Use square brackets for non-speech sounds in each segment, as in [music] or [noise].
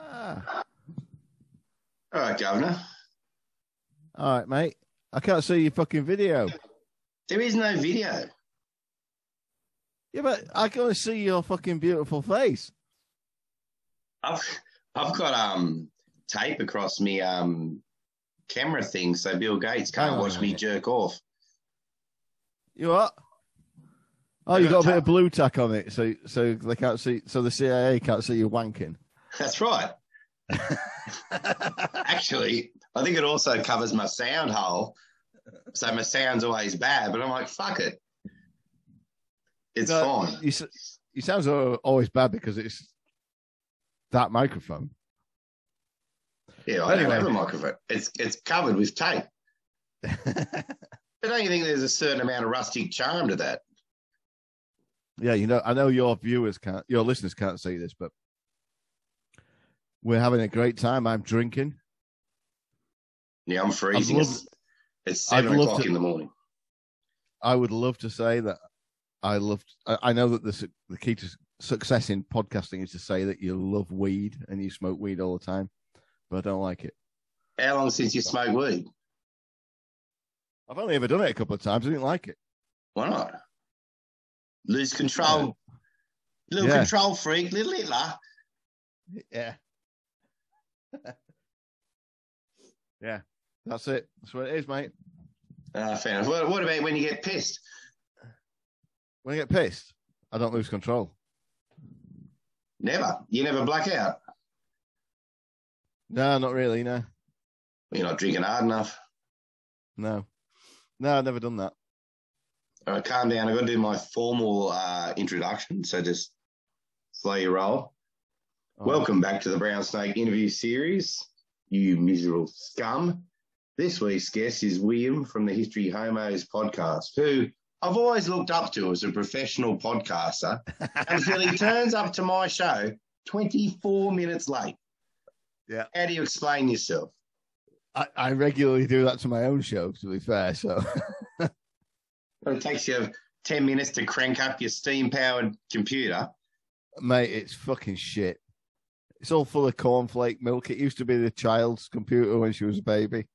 Ah, All right, Governor. All right, mate. I can't see your fucking video. There is no video. Yeah, but I can only see your fucking beautiful face. I've I've got um tape across me um camera thing so Bill Gates can't Hang on watch a me minute. jerk off. [laughs] You what? Oh, I you got a got bit tack. of blue tack on it, so so they can't see, so the CIA can't see you wanking. That's right. Actually, I think it also covers my sound hole. So my sound's always bad, but I'm like, fuck it. It's No, fine. You, s- you sounds al- always bad because it's that [laughs] microphone. Yeah, I Anyway. don't have a microphone. It's it's covered with tape. But don't you think there's a certain amount of rustic charm to that? yeah, you know, I know your viewers can't, your listeners can't see this, but we're having a great time. I'm drinking. Yeah, I'm freezing. I'd love- it's, it's I'd seven love o'clock to- in the morning. I would love to say that I loved. I, I know that the su- the key to s- success in podcasting is to say that you love weed and you smoke weed all the time, but I don't like it. How long since you smoked weed? I've only ever done it a couple of times. I didn't like it. [laughs] Why not? Lose control. Little Yeah. control freak, little Hitler. Yeah. [laughs] yeah. That's it. That's what it is, mate. Ah, fair enough. What, what about when you get pissed? When I get pissed, I don't lose control. Never. You never black out. No, not really. No, You're not drinking hard enough. no, no. I've never done that. All right, calm down. I've got to do my formal uh, introduction. So just slow your roll. Oh, Welcome back to the Brown Snake interview series, you miserable scum. This week's guest is William from the History Homos podcast, who I've always looked up to as a professional podcaster until he turns up to my show 24 minutes late. Yeah. How do you explain yourself? [laughs] I, I regularly do that to my own show. To be fair, so Well, it takes you 10 minutes to crank up your steam powered computer. mate, it's fucking shit. It's all full of cornflake milk. It used to be the child's computer when she was a baby.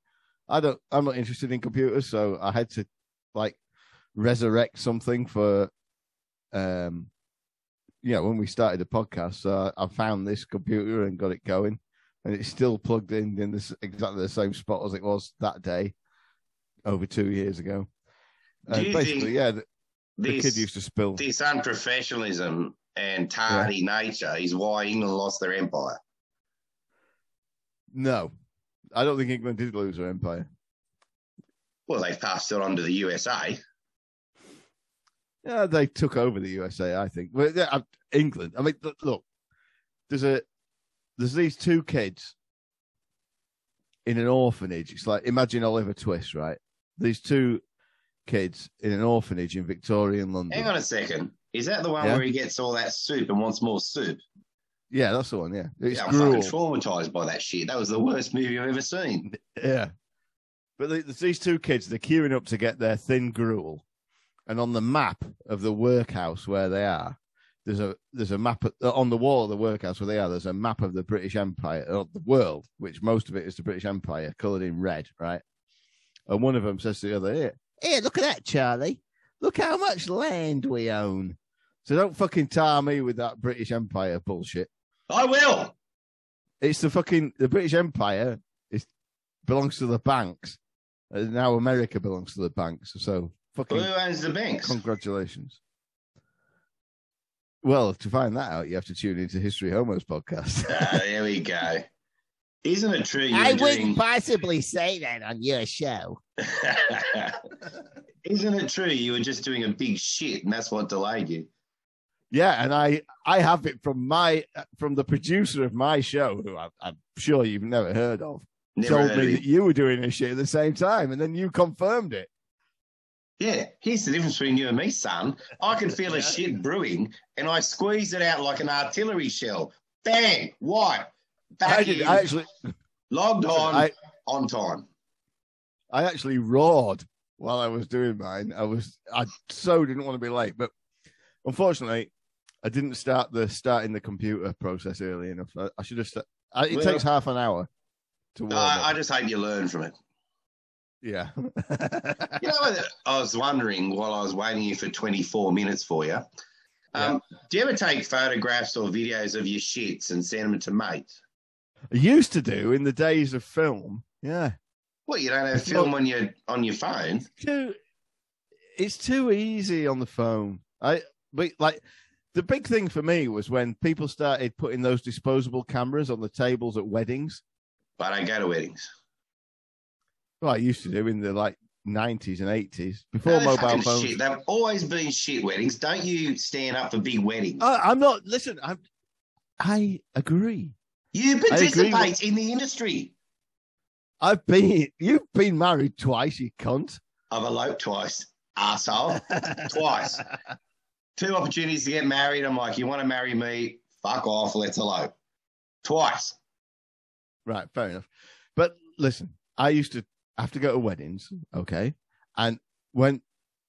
I don't. I'm not interested in computers, so I had to like resurrect something for, um, you know, when we started the podcast. So I, I found this computer and got it going, and it's still plugged in in this exactly the same spot as it was that day, over two years ago. Do And you basically, think yeah, the, the This, kid used to spill. this unprofessionalism and tardy nature is why England lost their empire. No, I don't think England did lose her empire. Well, they've passed it on to the USA. Yeah, they took over the USA, I think. Well, yeah, I- England. I mean, look, look, there's a there's these two kids in an orphanage. It's like imagine Oliver Twist, right? These two kids in an orphanage in Victorian London. Hang on a second. Is that the one Yeah. where he gets all that soup and wants more soup? Yeah, that's the one. Yeah, it's Yeah, I'm gruel. fucking traumatized by that shit. That was the worst movie I've ever seen. Yeah. But the, there's these two kids, they're queuing up to get their thin gruel. And on the map of the workhouse where they are, there's a there's a map of- on the wall of the workhouse where they are. There's a map of the British Empire, of the world, which most of it is the British Empire, coloured in red, right? And one of them says to the other, "Here, here, look at that, Charlie. Look how much land we own." So don't fucking tar me with that British Empire bullshit I will. it's the fucking the British Empire is belongs to the banks, and now America belongs to the banks. So Who fucking owns the banks? congratulations. Well, to find that out, you have to tune into History Homos [laughs] podcast. Ah, there we go. Isn't it true? You're doing... possibly say that on your show. [laughs] Isn't it true you were just doing a big shit and that's what delayed you? Yeah, and I I have it from my from the producer of my show, who I, I'm sure you've never heard of, Never told heard me of that it. you were doing this shit at the same time, and then you confirmed it. Yeah, here's the difference between you and me, son. I can feel a shit brewing and I squeeze it out like an artillery shell. Bang, wipe, back I did. in, I actually, logged on, I, on time. I actually roared while I was doing mine. I was I so didn't want to be late, but unfortunately, I didn't start the starting the computer process early enough. I, I should have. Sta- I, it Well- takes half an hour. to warm I, I up. just hope you learn from it. Yeah. [laughs] You know, what I was wondering while I was waiting here for 24 minutes for you. Um, Do you ever take photographs or videos of your shits and send them to mate? I used to do in the days of film. Yeah. Well, you don't have It's film on your on your phone. too it's too easy on the phone i but like the big thing for me was when people started putting those disposable cameras on the tables at weddings But I go to weddings. well i used to do in the like 90s and 80s before No, they're mobile fucking phones Shit. They've always been shit weddings. Don't you stand up for big weddings? I, i'm not listen i'm i agree you agree participate in the industry. i've been you've been married twice you [laughs] cunt I've eloped twice, [laughs] asshole. Twice. Two opportunities to get married. I'm like, you want to marry me? Fuck off. Let's elope. Twice. Right, fair enough. But listen, I used to have to go to weddings, okay? And when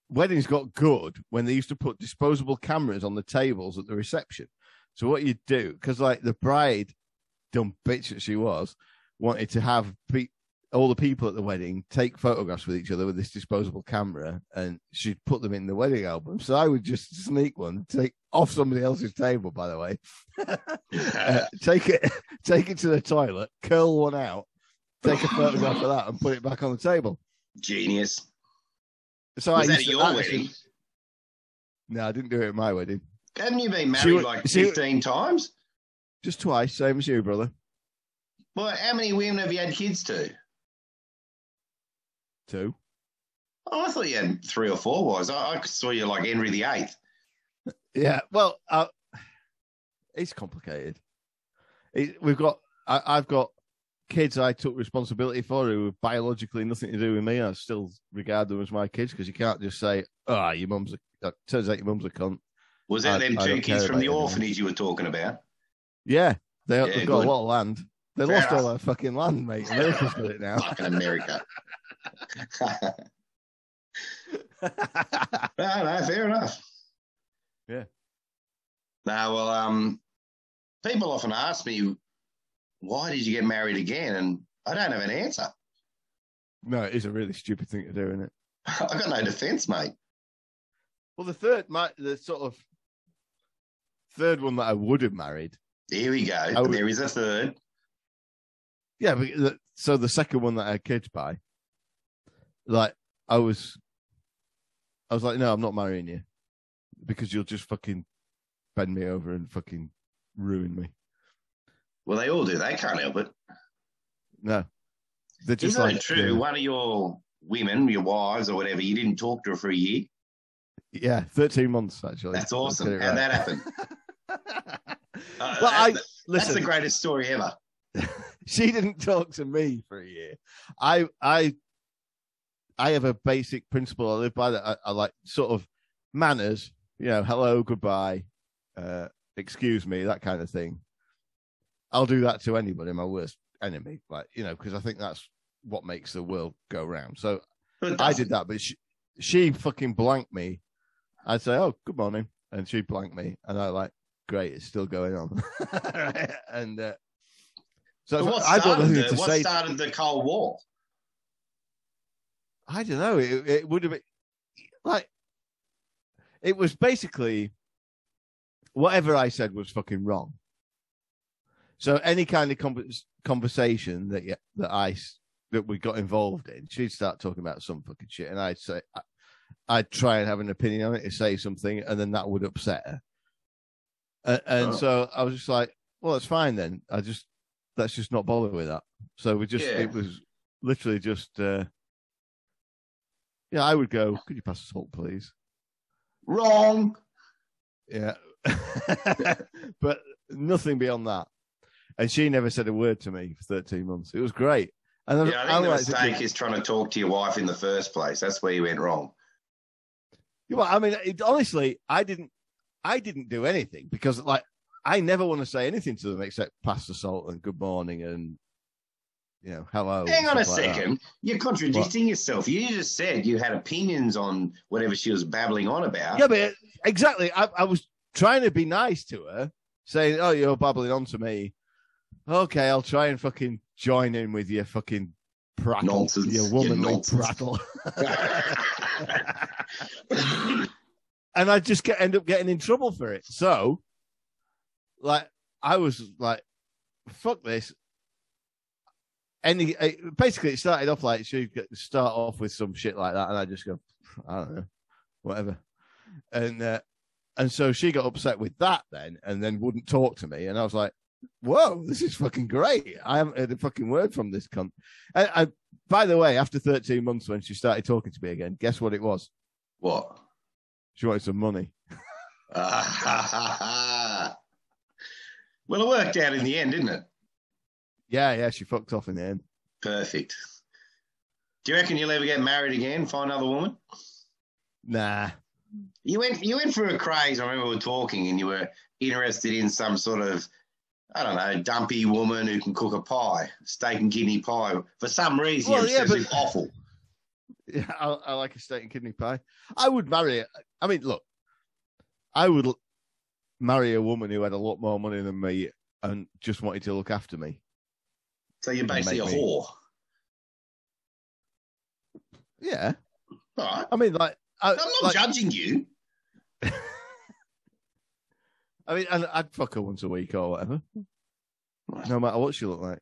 weddings got good, when they used to put disposable cameras on the tables at the reception. So what you'd do, because like the bride, dumb bitch that she was, wanted to have pe- all the people at the wedding take photographs with each other with this disposable camera, and she'd put them in the wedding album. So I would just sneak one, take off somebody else's table, by the way, uh, take it, [laughs] take it to the toilet, curl one out, take a photograph of that, and put it back on the table. Genius. So Was I used that at to- your that wedding? actually- no, I didn't do it at my wedding. Haven't you been married She wa- like she wa- 15 times? Just twice, same as you, brother. Well, how many women have you had kids to? Two. Oh, I thought you had three or four wives. I, I saw you like Henry the Eighth. Yeah. Well, uh, it's complicated. It, we've got. I, I've got kids I took responsibility for who have biologically nothing to do with me. I still regard them as my kids because you can't just say, "Ah, your mum's." A, uh, turns out your mum's a cunt. Was that I- them I two don't kids care from the about you, orphanage you were [laughs] talking about? Yeah, they, Yeah, they've got good. a lot of land. They Fair lost enough. all their fucking land, mate. America's got it [laughs] now. Fucking America. [laughs] no, no, fair enough. Yeah. No, well, um, people often ask me, why did you get married again? And I don't have an answer. [laughs] no, it is a really stupid thing to do, isn't it? I've got no defense, mate. Well, the third, my, the sort of third one that I would have married There we go. would- There is a third. Yeah, but the, so the second one that I had kids by, like I was, I was like, no, I'm not marrying you, because you'll just fucking bend me over and fucking ruin me. Well, they all do. They can't help it. No, they're just Isn't like it true? Yeah, One of your women, your wives or whatever, you didn't talk to her for a year. Yeah, thirteen months actually. That's awesome. Let's get it How'd right. that [laughs] happen? Uh, well, that's, I the- that's listen. the greatest story ever. she didn't talk to me for a year. I I I have a basic principle I live by that I, I like sort of manners, you know, hello, goodbye, uh, excuse me, that kind of thing. I'll do that to anybody, my worst enemy, like you know, because I think that's what makes the world go round. So But I did that, but she, she fucking blanked me. I'd say, "Oh, good morning," and she blanked me, and I like, "Great, it's still going on." [laughs] and uh, so [laughs] But what I got started, nothing the, to what say. started the Cold War? I don't know. It, it would have been like it was basically whatever I said was fucking wrong. So any kind of com- conversation that yeah, that I s- that we got involved in, she'd start talking about some fucking shit, and I'd say I, I'd try and have an opinion on it to say something, and then that would upset her. And, and Oh. so I was just like, "Well, that's fine then. I just let's just not bother with that." So we just Yeah. it was literally just uh, yeah. I would go, "Could you pass the salt, please?" Wrong. Yeah. [laughs] but nothing beyond that. And she never said a word to me for 13 months. It was great. And Yeah, I'm- I think I'm the like thinking, mistake is trying to talk to your wife in the first place. That's where you went wrong. you know, I mean, it, honestly, I didn't, I didn't do anything because like, I never want to say anything to them except pass the salt and good morning and, you know, hello. and Hang on a stuff Oh, like that. second. You're contradicting yourself. You just said you had opinions on whatever she was babbling on about. Yeah, but it- exactly. I, I was trying to be nice to her, saying, "Oh, you're babbling on to me," okay, I'll try and fucking join in with your fucking prattle, Nonsense. your Your womanly nonsense. prattle. [laughs] and I just get end up getting in trouble for it. So, like, I was like, "Fuck this." Any it, basically, it started off like she would start off with some shit like that, and I just go, "I don't know, whatever," and uh, and so she got upset with that then, and then wouldn't talk to me, and I was like. Whoa, this is fucking great. I haven't heard a fucking word from this cunt. I, I, by the way, after 13 months when she started talking to me again, guess what it was? [laughs] what? She wanted some money. [laughs] well, it worked out in the end, didn't it? Yeah, yeah, she fucked off in the end. Perfect. Do you reckon you'll ever get married again? Find another woman? Nah. [laughs] You went you went for a craze. I remember we were talking and you were interested in some sort of I don't know, dumpy woman who can cook a pie, steak and kidney pie. For some reason, Well, you're yeah, obsessed but- with awful. Yeah, I, I like a steak and kidney pie. I would marry. I mean, look, I would l- marry a woman who had a lot more money than me and just wanted to look after me. So you're basically a Make me- whore. Yeah, All right. I mean, like, I, I'm not like, judging you. I mean, and I'd fuck her once a week or whatever, no matter what she looked [laughs] like.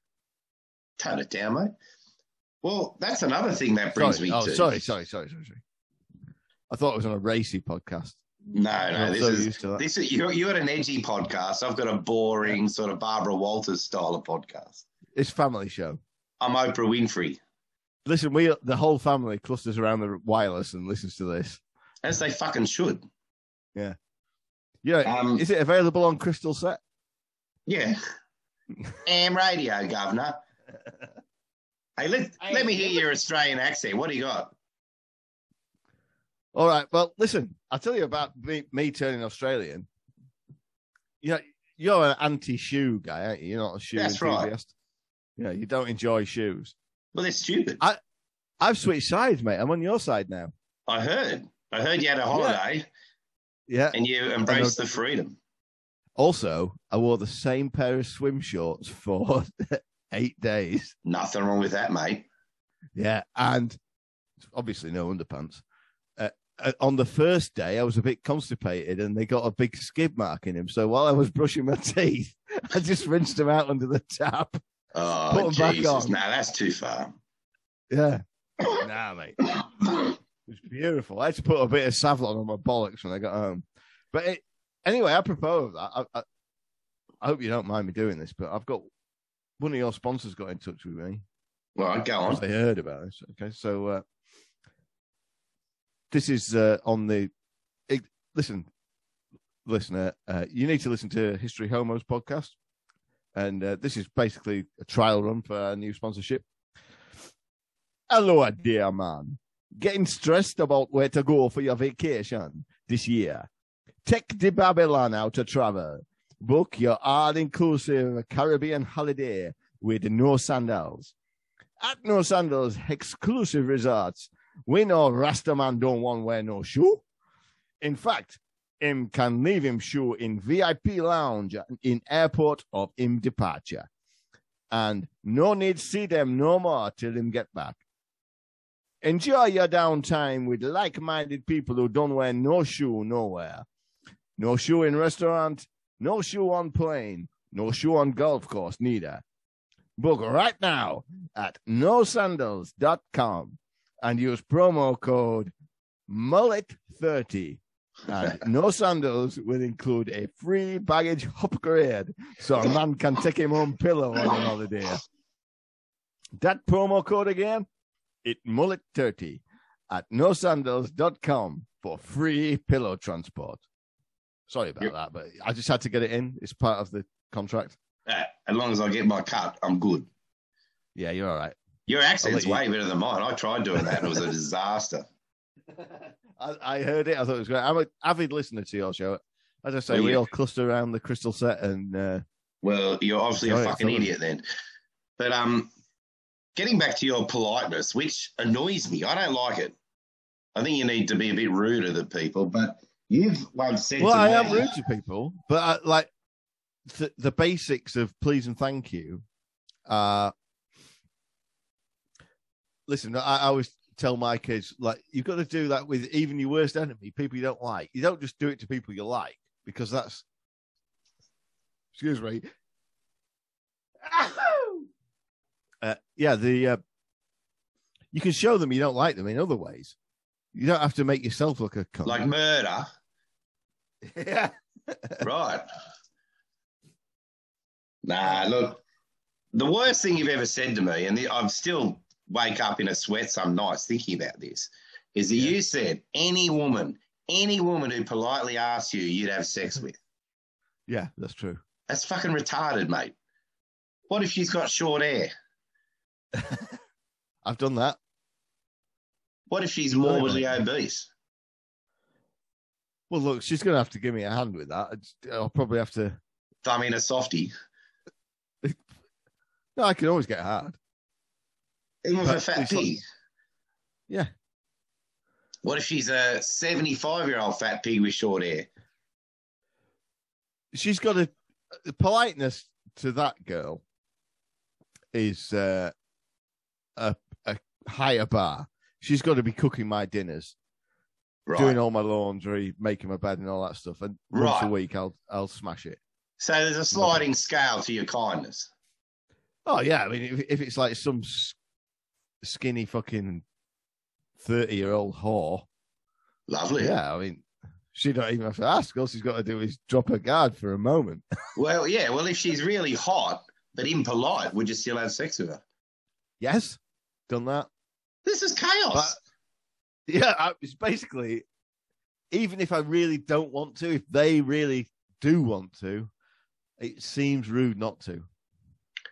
Tone it down, mate. Well, that's another thing that brings sorry. me oh, to. sorry, sorry, sorry, sorry, sorry. I thought it was on a racy podcast. No, no, I'm this so is used to that. this is you're, you're an edgy podcast. I've got a boring sort of Barbara Walters style of podcast. It's family show. I'm Oprah Winfrey. Listen, we the whole family clusters around the wireless and listens to this. As they fucking should. Yeah, Um, is it available on Crystal Set? Yeah. Am radio, Governor. Hey, let, let me hear your Australian accent. What do you got? All right. Well, listen, I'll tell you about me, me turning Australian. Yeah, you're an anti-shoe guy, aren't you? You're not a shoe That's right. enthusiast. Yeah, you don't enjoy shoes. Well, they're stupid. I- I've switched sides, mate. I'm on your side now. I heard. I heard you had a holiday Yeah. and you embraced the freedom. Also, I wore the same pair of swim shorts for [laughs] eight days. Nothing wrong with that, mate. Yeah, and obviously no underpants. Uh, uh, on the first day, I was a bit constipated, and they got a big skid mark in him. So while I was brushing my [laughs] teeth, I just rinsed them out under the tap. Oh, Put 'em back Jesus. on. No, that's too far. [coughs] Yeah, nah, mate, it was beautiful. I had to put a bit of Savlon on my bollocks when I got home. But it, anyway, apropos of that, I, I, I hope you don't mind me doing this, but I've got one of your sponsors got in touch with me. well, go on. I heard about this. Okay, so uh, this is uh, on the. It, listen, listener, uh, you need to listen to History Homos podcast, and uh, this is basically a trial run for our new sponsorship. Hello, dear man. Getting stressed about where to go for your vacation this year? Take the Babylon out to travel. Book your all-inclusive Caribbean holiday with no sandals at No Sandals exclusive resorts. We know Rastaman don't want wear no shoe. In fact, him can leave him shoe in VIP lounge in airport of him departure. And no need see them no more till him get back. Enjoy your downtime with like-minded people who don't wear no shoe nowhere. No shoe in restaurant, no shoe on plane, no shoe on golf course neither. Book right now at nosandals.com and use promo code mullet30. And no sandals will include a free baggage upgrade so a man can take him home pillow on an holiday. That promo code again, it mullet30 at nosandals.com for free pillow transport. Sorry about Yep. that, but I just had to get it in. It's part of the contract. Uh, as long as I get my cut, I'm good. Yeah, you're all right. Your accent's I'll let [laughs] way better than mine. I tried doing that and it was a disaster. [laughs] I, I heard it. I thought it was great. I'm an avid listener to your show. As I say, Well, we yeah. all cluster around the crystal set, and uh, Well, you're obviously Sorry, a fucking sorry. idiot then. But um, getting back to your politeness, which annoys me, I don't like it. I think you need to be a bit ruder to people. But you've once said well, to I me, am rude to people, but I, uh, like th- the basics of please and thank you are listen, I, I always tell my kids like you've got to do that with even your worst enemy, people you don't like. You don't just do it to people you like because that's excuse me. Uh, yeah, the uh, you can show them you don't like them in other ways. You don't have to make yourself look a cunt. [laughs] Like murder. [laughs] yeah, right. Nah, look, the worst thing you've ever said to me, and the, I'm still wake up in a sweat some nights thinking about this, is that Yeah. you said any woman, any woman who politely asks you, you'd have sex with. yeah, that's true. That's fucking retarded, mate. What if she's got short hair? I've done that. What if she's Really? morbidly obese? Well, look, she's going to have to give me a hand with that. It's- I'll probably have to. I mean, a softie. No, I can always get hard. Even with a But fat it's not- pig. Yeah. What if she's a 75 year old fat pig with short hair? She's got a the politeness to that girl is uh, a a higher bar. She's got to be cooking my dinners, Right. doing all my laundry, making my bed, and all that stuff. And once a Right. week, I'll I'll smash it. so there's a sliding scale to your kindness. Oh yeah, I mean, if, if it's like some s- skinny fucking thirty-year-old whore, Lovely. yeah, I mean, she don't even have to ask. All she's got to do is drop her guard for a moment. Well, yeah. Well, if she's really hot but impolite, would you still have sex with her? Yes, done that. This is chaos. Yeah, I, it's basically even if I really don't want to, if they really do want to, it seems rude not to,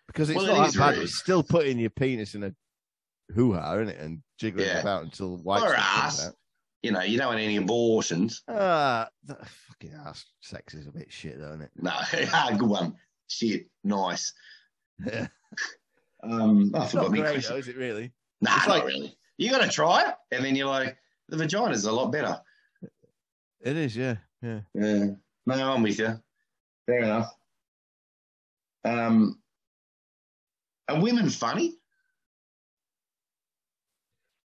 because it's Well, it not is that bad. rude. It's still putting your penis in a hoo ha, isn't it, and jiggling Yeah. about until the white Or stuff comes ass. out. you know, you don't want any abortions. Ah, that fucking ass sex is a bit shit, though, isn't No, [laughs] Ah, good one. Shit, nice. it? Um, I It's not forgot my great, question. though, is it really? Nah, It's not like- really. You got to try it, and then you're like, the vagina's a lot better. It is, yeah, yeah. Yeah. No, I'm with you. Fair enough. Um, are women funny?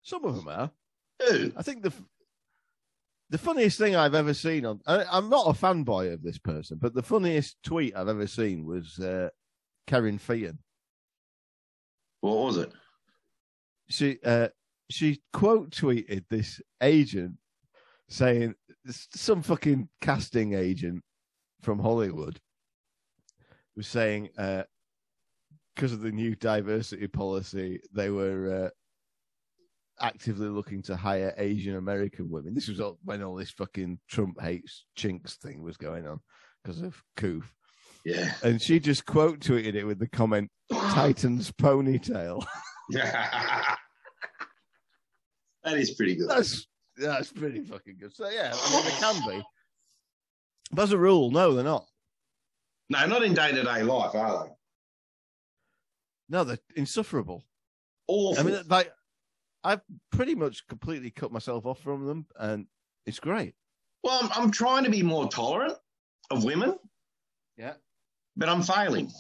Some of them are. Who? I think the f- the funniest thing I've ever seen on I, I'm not a fanboy of this person, but the funniest tweet I've ever seen was uh, Karen Feehan. What was it? She uh, she quote tweeted this agent saying some fucking casting agent from Hollywood was saying because of the new diversity policy they were. Uh, actively looking to hire Asian American women. This was all, when all this fucking Trump hates chinks thing was going on because of Coof. Yeah. And she just quote tweeted it with the comment Titan's ponytail. [laughs] that is pretty good. That's that's pretty fucking good. So yeah, I mean, they can be. But as a rule, no, they're not. No, not in day to day life, are they? No, they're insufferable. Awful. [laughs] I mean, like I've pretty much completely cut myself off from them, and it's great. well, I'm, I'm trying to be more tolerant of women, Yeah. but I'm failing.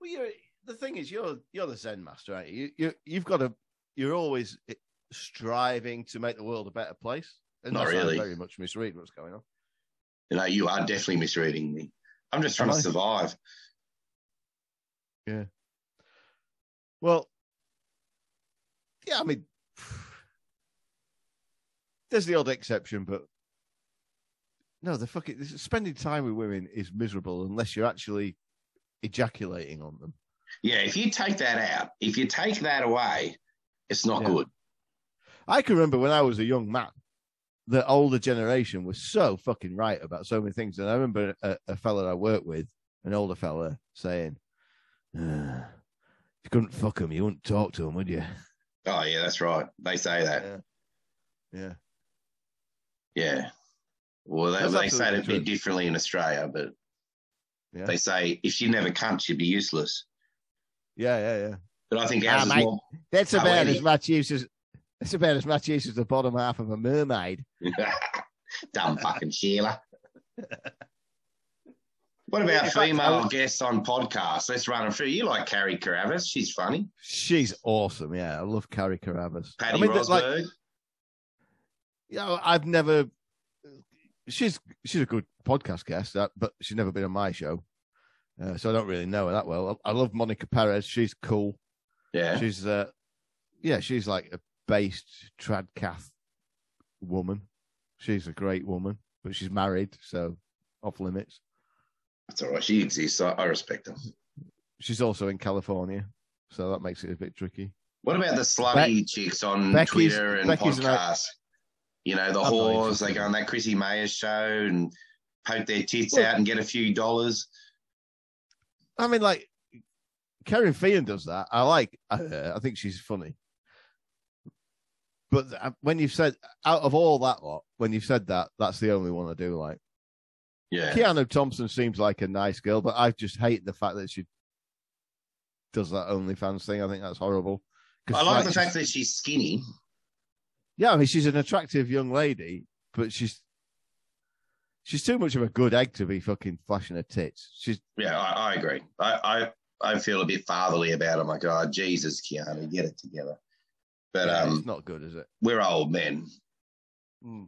Well, you're the thing is you're you're the Zen master, right? You you you've got to you're always eh, striving to make the world a better place. Not that's- I really. Very much misread what's going on. You know, you are definitely misreading me. I'm just trying Am to I? survive. Well, yeah, I mean, there's the odd exception, but no, the fucking this- spending time with women is miserable unless you're actually ejaculating on them. Yeah, if you take that out, if you take that away, it's not Yeah. good. I can remember when I was a young man, the older generation was so fucking right about so many things. And I remember a, a fella I worked with, an older fella, saying, "Ah, "If you couldn't fuck him, you wouldn't talk to him, would you?" Oh, yeah, that's right. They say that. Yeah, yeah. Yeah. Well, they, That's they say it a absolutely bit true. differently in Australia, but Yeah. they say if you never cunt, she'd be useless. yeah, yeah, yeah. But I think Ah, ours is mate. more. [laughs] That's Oh, about really? as much use as that's about as much use as the bottom half of a mermaid. Dumb fucking Sheila. What about In fact, female I- guests on podcasts? Let's run them through. You like Carrie Caravis? She's funny. She's awesome. Yeah, I love Carrie Carabas. Patty I mean, that- Rosberg. like, you know, I've never. She's she's a good podcast guest, that, but she's never been on my show, uh, so I don't really know her that well. I, I love Monica Perez. She's cool. yeah. She's uh, yeah, she's like a based tradcath woman. She's a great woman, but she's married, so off limits. That's all right. She exists. I, I respect her. She's also in California, so that makes it a bit tricky. What about the slutty chicks on Becky's- Twitter and Becky's an- podcasts? You know, the I'm not whores, interested. they go on that Chrissy Mayer show and poke their tits Well- out and get a few dollars. I mean, like Karen Feehan does that. I like her. I think she's funny. But uh, when you've said out of all that lot, when you've said that, that's the only one I do like. Yeah. Keanu Thompson seems like a nice girl, but I just hate the fact that she does that OnlyFans thing. I think that's horrible. 'Cause I like the she's- fact that she's skinny. yeah, I mean, she's an attractive young lady, but she's she's too much of a good egg to be fucking flashing her tits. She's Yeah, I, I agree. I, I I feel a bit fatherly about it. I'm like, oh Jesus, Keanu, get it together. But yeah, um, it's not good, is it? we're old men. Hmm.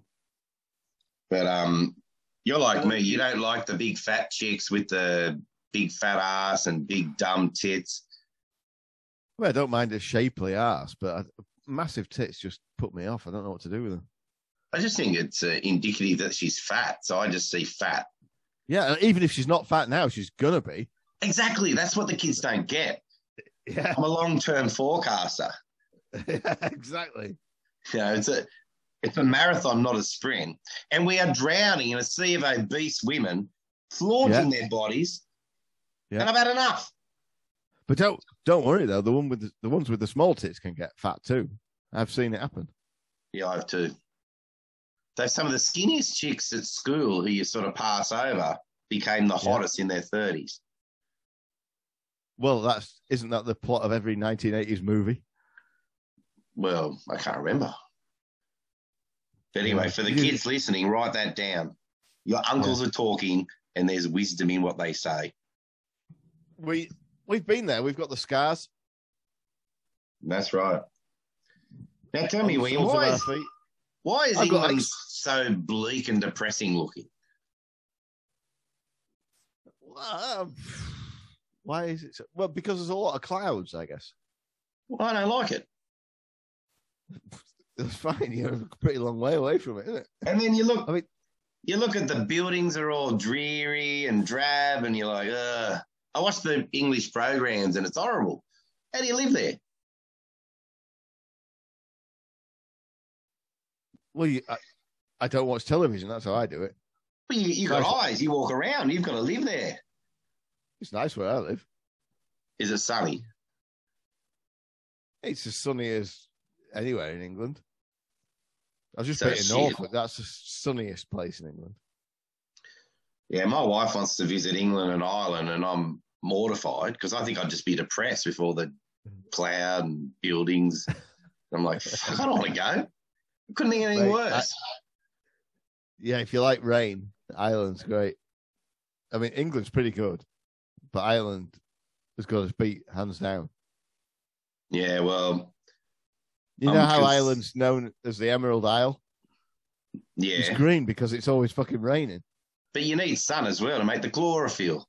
But um, you're like me. You don't like the big fat chicks with the big fat ass and big dumb tits. Well, I don't mind a shapely ass, but I, massive tits just put me off. I don't know what to do with them. I just think it's uh, indicative that she's fat. So I just see fat. Yeah, and even if she's not fat now, she's gonna be. Exactly. That's what the kids don't get. Yeah, [laughs] I'm a long-term forecaster. exactly. You know, it's a it's a marathon, not a sprint. And we are drowning in a sea of obese women flaunting their bodies. Yeah. And I've had enough. But don't don't worry though. The one with the, the ones with the small tits can get fat too. I've seen it happen. Yeah, I have too. Though some of the skinniest chicks at school who you sort of pass over became the Yeah. hottest in their thirties. Well, that's isn't that the plot of every 1980s movie? Well, I can't remember. But anyway, Yeah. for the You- kids listening, write that down. Your uncles are talking, and there's wisdom in what they say. We we've been there. We've got the scars. That's right. Now tell me, on the William, soles of why our is feet. Why is I've got England so bleak and depressing looking? Um, Why is it? So, well, because there's a lot of clouds, I guess. Well, I don't like it. It's fine. [laughs] You're a pretty long way away from it, isn't it? And then you look, I mean- you look at the buildings are all dreary and drab, and you're like, ugh. I watch the English programs, and it's horrible. How do you live there? Well, you, I, I don't watch television. That's how I do it. Well, you, you got Nice. eyes. You walk around. You've got to live there. It's nice where I live. Is it sunny? It's as sunny as anywhere in England. I was just So bit in shit. Norfolk. That's the sunniest place in England. Yeah, my wife wants to visit England and Ireland, and I'm mortified because I think I'd just be depressed with all the cloud and buildings. I'm like, fuck, I don't want to go. Couldn't think of anything Mate, I- worse. Yeah, if you like rain, Ireland's great. I mean, England's pretty good, but Ireland has got its beat hands down. yeah, well, You Um, know how 'cause- Ireland's known as the Emerald Isle? It's yeah. green because it's always fucking raining. But you need sun as well to make the chlorophyll.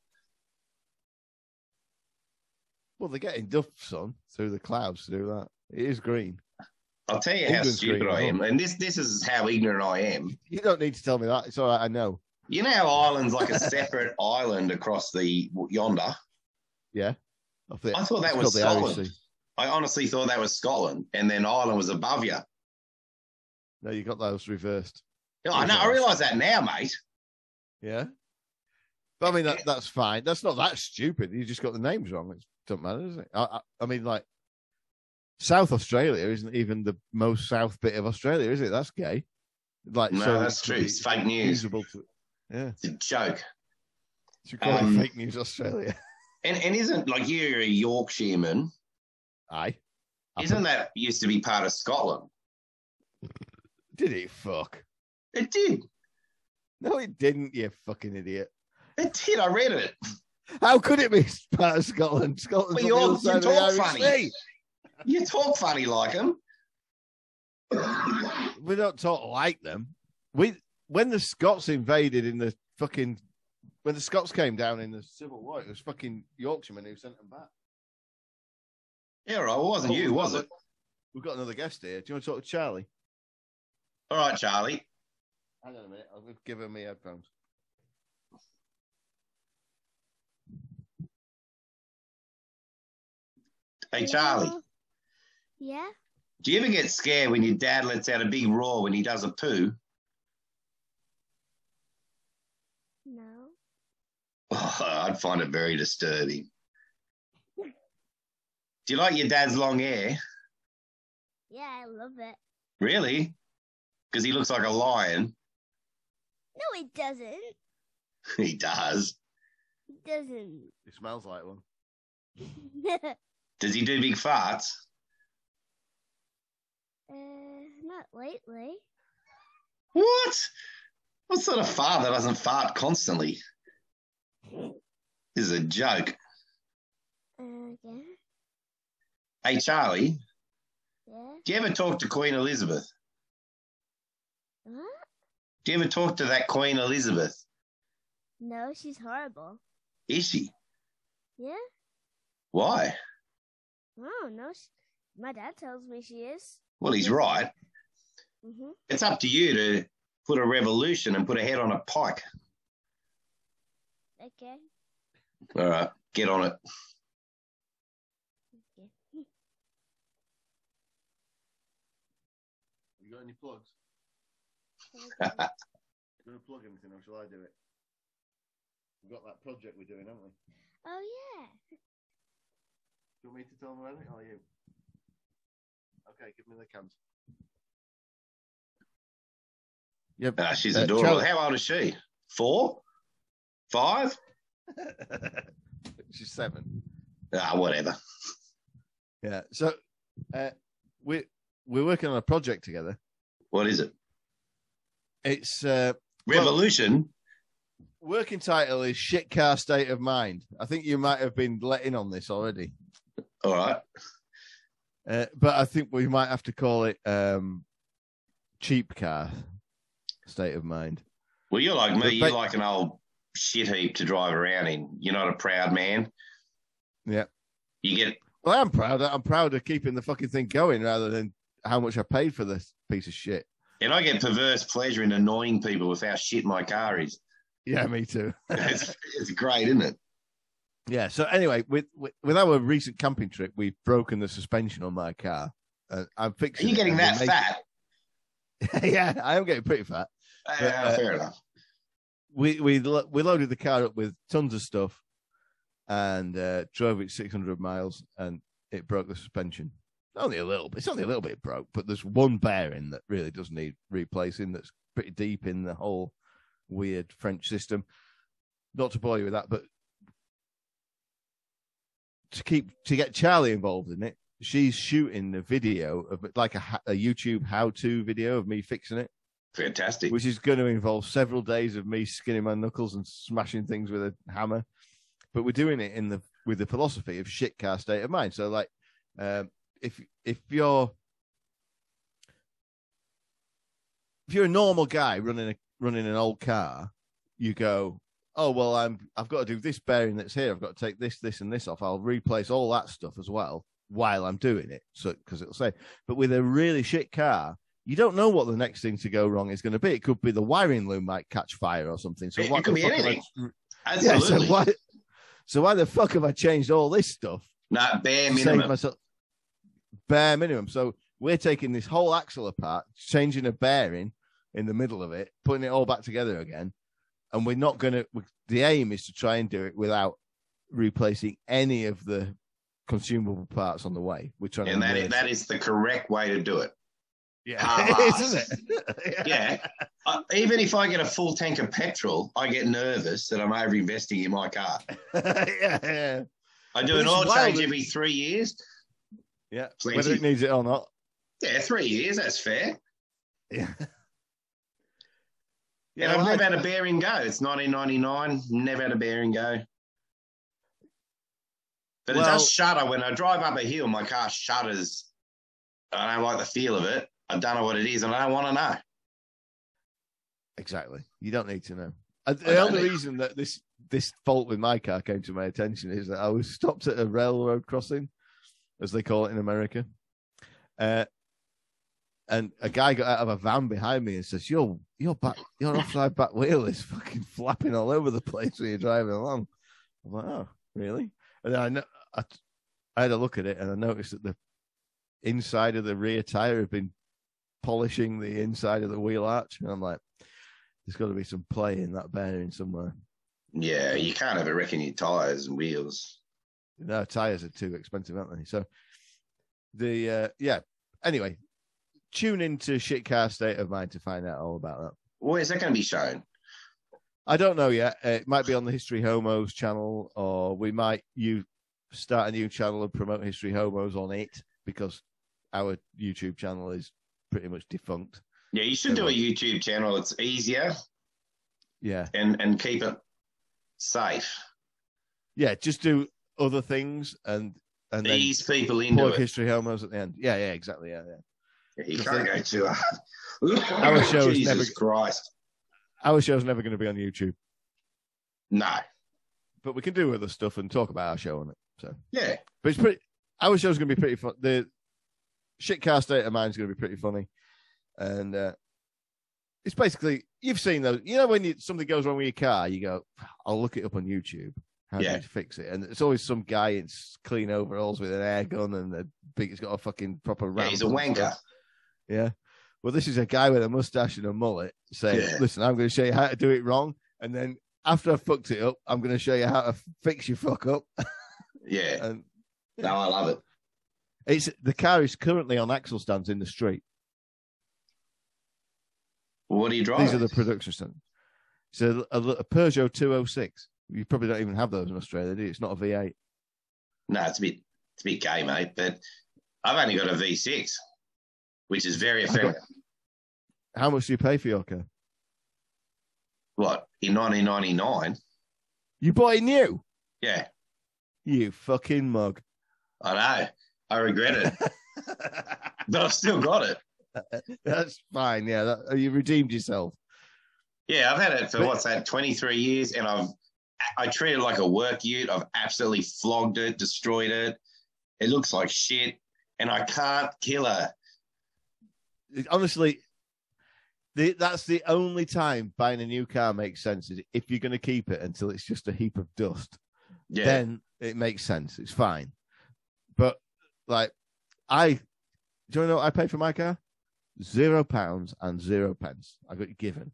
Well, they're getting duff sun through the clouds to do that. It is green. I'll tell you how England's stupid green, I huh? am, and this this is how ignorant I am. You don't need to tell me that. It's all right. I know. You know, how Ireland's [laughs] like a separate island across the yonder. Off the- I thought that it's called was the Irish Scotland. Sea. I honestly thought that was Scotland, and then Ireland was above you. No, you got those reversed. You know, I know, I realise that now, mate. Yeah. But I mean, that, that's fine. That's not that stupid. You just got the names wrong. It doesn't matter, does it? I, I, I mean, like, South Australia isn't even the most south bit of Australia, is it? That's gay. Like, No, Uh, so that's it true. could be It's fake news. usable to- yeah. It's a joke. You call Um, it fake news Australia. [laughs] And and isn't like you're a Yorkshireman? Aye. Isn't that used to be part of Scotland? Did it fuck? It did. No, it didn't, you fucking idiot. It did. I read it. How could it be [laughs] part of Scotland? Scotland's Well, on you're- the other side you of the talk Irish funny. Sea. You talk funny like him. We don't talk like them. We when the Scots invaded in the fucking when the Scots came down in the Civil War, it was fucking Yorkshiremen who sent them back. yeah, right. It wasn't you, was it? We've got another guest here. Do you want to talk to Charlie? All right, Charlie. Hang on a minute. I'll give her my headphones. Hey, Charlie. Hello. Yeah. Do you ever get scared when your dad lets out a big roar when he does a poo? [laughs] No. I'd find it very disturbing. Do you like your dad's long hair? Yeah, I love it. Really? Because he looks like a lion. [laughs] No, it doesn't. He does. It doesn't. [laughs] It smells like one. uh, Does he do big farts? Uh, not lately. What? What sort of father doesn't fart constantly? This is a joke. Uh, yeah. Hey, Charlie, Yeah. do you ever talk to Queen Elizabeth? What? Do you ever talk to that Queen Elizabeth? No, she's horrible. Is she? Yeah. Why? Oh no. She... My dad tells me she is. Well, he's right. Mhm. It's up to you to put a revolution and put a head on a pike. Okay. All right, get on it. Okay. You got any plugs? Okay. You going to plug anything or shall I do it? We've got that project we're doing, haven't we? Do oh yeah. you want me to tell them about it or you? Okay, give me the cans. Yep. Ah, she's Uh, adorable. Charlie- How old is she? Four? Five? [laughs] She's seven. Ah, whatever. Yeah. So uh, we we're working on a project together. What is it? It's uh, Well- Revolution? working title is "Shit Car State of Mind." I think you might have been let in on this already. All right. Uh, but I think we might have to call it um, cheap car state of mind. Well, you're like me. You're But- like an old shit heap to drive around in. You're not a proud man. Yeah. You get Well, I'm proud. I'm proud of keeping the fucking thing going rather than how much I paid for this piece of shit. and I get perverse pleasure in annoying people with how shit my car is. [laughs] Yeah, me too. It's, it's great, isn't it? yeah. So anyway, with, with with our recent camping trip, we've broken the suspension on my car. Uh, I'm Are fixing. you it getting and that we're fat? making- [laughs] yeah, I am getting pretty fat. Ah, But, uh, fair enough. we we lo- we loaded the car up with tons of stuff and uh, drove it 600 miles and it broke the suspension only a little bit it's only a little bit broke but there's one bearing that really does need replacing that's pretty deep in the whole weird french system not to bore you with that but to keep to get charlie involved in it she's shooting a video of like a, ha- a youtube how-to video of me fixing it Fantastic. which is going to involve several days of me skinning my knuckles and smashing things with a hammer. But we're doing it in the with the philosophy of shit car state of mind. So like, um, if if you're if you're a normal guy running a running an old car, you go, oh well, I'm I've got to do this bearing that's here. I've got to take this, this, and this off. I'll replace all that stuff as well while I'm doing it. So because it'll say, but with a really shit car, you don't know what the next thing to go wrong is going to be. It could be the wiring loom might catch fire or something. So It- what it could the be fuck am I- anything. Yeah, Absolutely. so why? So why the fuck have I changed all this stuff? Not bare Save minimum. myself bare minimum. So we're taking this whole axle apart, changing a bearing in the middle of it, putting it all back together again, and we're not going to. The aim is to try and do it without replacing any of the consumable parts on the way. We're trying and to that really- is, that is the correct way to do it. yeah, Ah. It is, [laughs] isn't it? [laughs] Yeah. I, even if I get a full tank of petrol, I get nervous that I'm over investing in my car. yeah, yeah. I do But an it's oil wild change that- every three years. yeah. Plenty. Whether it needs it or not. [laughs] Yeah, three years. That's fair. Yeah. Yeah, I've never had a bearing go. It's 1999. Never had a bearing go. But it Well- does shudder when I drive up a hill. My car shudders. I don't like the feel of it. I don't know what it is, and I don't want to know. Exactly. You don't need to know. And I the don't only need- reason that this this fault with my car came to my attention is that I was stopped at a railroad crossing, as they call it in America, uh, and a guy got out of a van behind me and says, "Your your back your offside back wheel is fucking flapping all over the place when you're driving along." I'm like, "Oh, really?" And then I kno- I, t- I had a look at it and I noticed that the inside of the rear tire had been polishing the inside of the wheel arch, and I'm like there's got to be some play in that bearing somewhere. Yeah, you can't have a wreck in your tires and wheels. No, tires are too expensive, aren't they? So the uh, yeah. Anyway, tune into shit car state of mind to find out all about that. Where is that going to be shown? I don't know yet. Uh, It might be on the History Homos channel, or we might you start a new channel and promote History Homos on it because our YouTube channel is pretty much defunct. Yeah, you should do a YouTube channel. It's easier Yeah, and and keep it safe. yeah. Just do other things and and then Ease people into plug it. History Homos at the end. Yeah, yeah, exactly. Yeah, yeah. You can't go too hard. [laughs] Our show is Jesus never- Christ. Our show's never going to be on YouTube. No. but we can do other stuff and talk about our show on it. Yeah. But it's pretty. Our show's going to be pretty fun. The shitcast state of mine's going to be pretty funny, and uh, it's basically you've seen those. You know when you, something goes wrong with your car, you go, "I'll look it up on YouTube. How Yeah. do you fix it?" And it's always some guy in s- clean overalls with an air gun and a big. He's got a fucking proper. yeah he's a ramp and wanker. stuff. Yeah. Well, this is a guy with a mustache and a mullet saying, Yeah. "Listen, I'm going to show you how to do it wrong, and then after I fucked it up, I'm going to show you how to f- fix your fuck up." [laughs] Yeah. And No, I love it. it's the car is currently on axle stands in the street. What do you drive? These are the production stands. It's a, a, a Peugeot 206. You probably don't even have those in Australia, do you? It's not a V8. No, it's a bit it's a bit gay, mate, but I've only got a V six, which is very got- effective. How much do you pay for your car? What? In nineteen ninety nine? You bought it new. Yeah. You fucking [laughs] mug. I know. I regret it. but I've still got it. That's fine. Yeah, that, you redeemed yourself. Yeah, I've had it for But- what's that, twenty three years and I've I treat it like a work ute. I've absolutely flogged it, destroyed it. It looks like shit. And I can't kill her. It- honestly, the, that's the only time buying a new car makes sense is if you're going to keep it until it's just a heap of dust. Yeah. then it makes sense. It's fine. But like, I do you know what I paid for my car? Zero pounds and zero pence. I got it given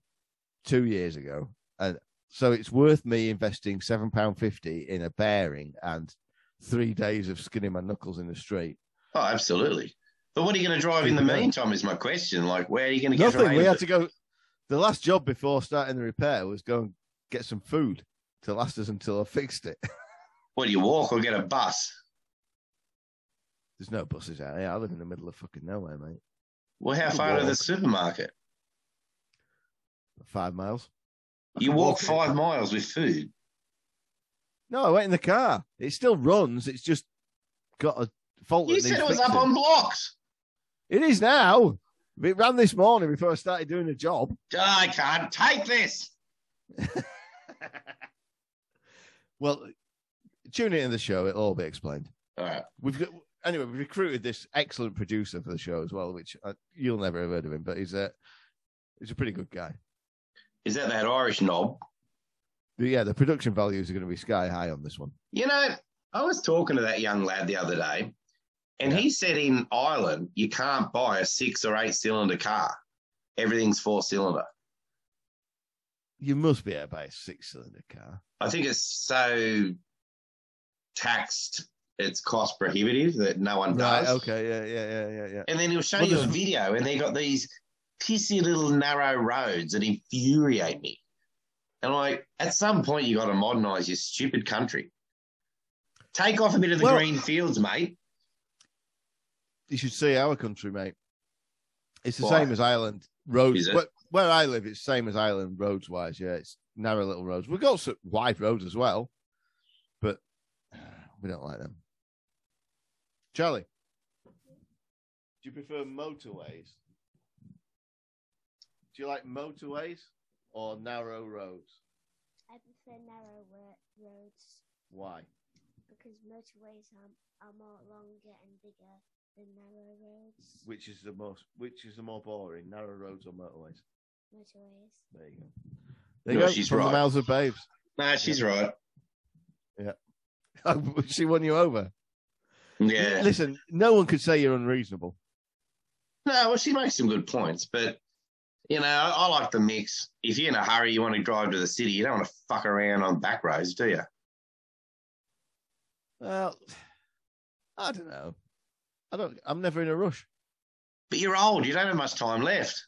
two years ago, and so it's worth me investing seven pound fifty in a bearing and three days of skinning my knuckles in the street. Oh, absolutely. But what are you going to drive in the meantime? Is my question. Like, where are you going to get Nothing. from We A had to go. The last job before starting the repair was go and get some food to last us until I fixed it. [laughs] What do you walk or get a bus? There's no buses out here. I live in the middle of fucking nowhere, mate. Well, how You far to the walk. supermarket? Five miles. I You can walk it. five miles with food. No, I went in the car. It still runs. It's just got a fault. You that said needs it was fixing. up on blocks. It is now. It ran this morning before I started doing the job. I can't take this. Well, tune into the show. It'll all be explained. All right. We've got anyway. We recruited this excellent producer for the show as well, which uh you'll never have heard of him, but he's a he's a pretty good guy. Is that that Irish knob? But yeah, the production values are going to be sky high on this one. You know, I was talking to that young lad the other day, and he said in Ireland, you can't buy a six or eight cylinder car. Everything's four cylinder. You must be able to buy a six cylinder car. I think it's so taxed, it's cost prohibitive that no one Right? does. Okay. Yeah. Yeah. Yeah. Yeah. Yeah. And then he'll show Well, you a there's- video, and they got these pissy little narrow roads that infuriate me. And I'm like, at some point, you got to modernize your stupid country. Take off a bit of the Well- green fields, mate. you should see our country, mate. It's the Why? same as Ireland. Roads. Is it? Well, where I live, it's same as Ireland roads wise. Yeah, it's narrow little roads. We've got some wide roads as well, but uh, we don't like them. Charlie, do you prefer motorways? Do you like motorways or narrow roads? I prefer narrow wo- roads Why? because motorways are, are more longer and bigger than narrow roads. Which is the most? Which is the more boring? Narrow roads or motorways? motorways. There you go. There No, you go. she's From right. the mouths of babes. Nah, she's right. [laughs] she won you over. Yeah. Listen, no one could say you're unreasonable. No, well, she makes some good points, but you know, I, I like the mix. If you're in a hurry, you want to drive to the city. You don't want to fuck around on back roads, do you? Well, I don't know. I don't. I'm never in a rush. But you're old. You don't have much time left.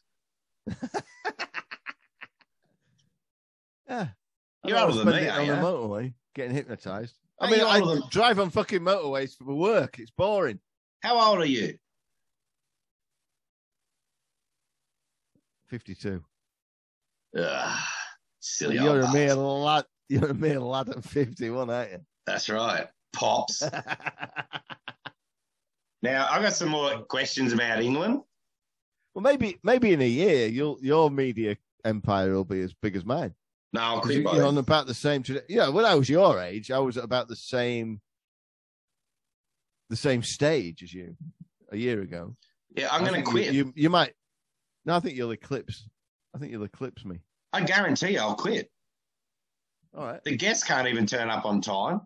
Yeah. I You're don't older than spend me, it on aren't the you? motorway, getting hypnotized. I Are mean, you I older than- drive on fucking motorways for work. It's boring. How old are you? Fifty-two. Ugh, silly you're old a bastard. mere lad. You're a mere lad at fifty-one, aren't you? [laughs] That's right. Pops. now, I've got some more questions about England. well, maybe maybe in a year, you'll your media empire will be as big as mine. No, I'll 'Cause quit you- by you're then. on about the same. Tra- yeah, when I was your age, I was at about the same, the same stage as you a year ago. Yeah, I'm I going think to you- You, quit. you might. No, I think you'll eclipse. I think you'll eclipse me. I guarantee you I'll quit. All right. The guests can't even turn up on time.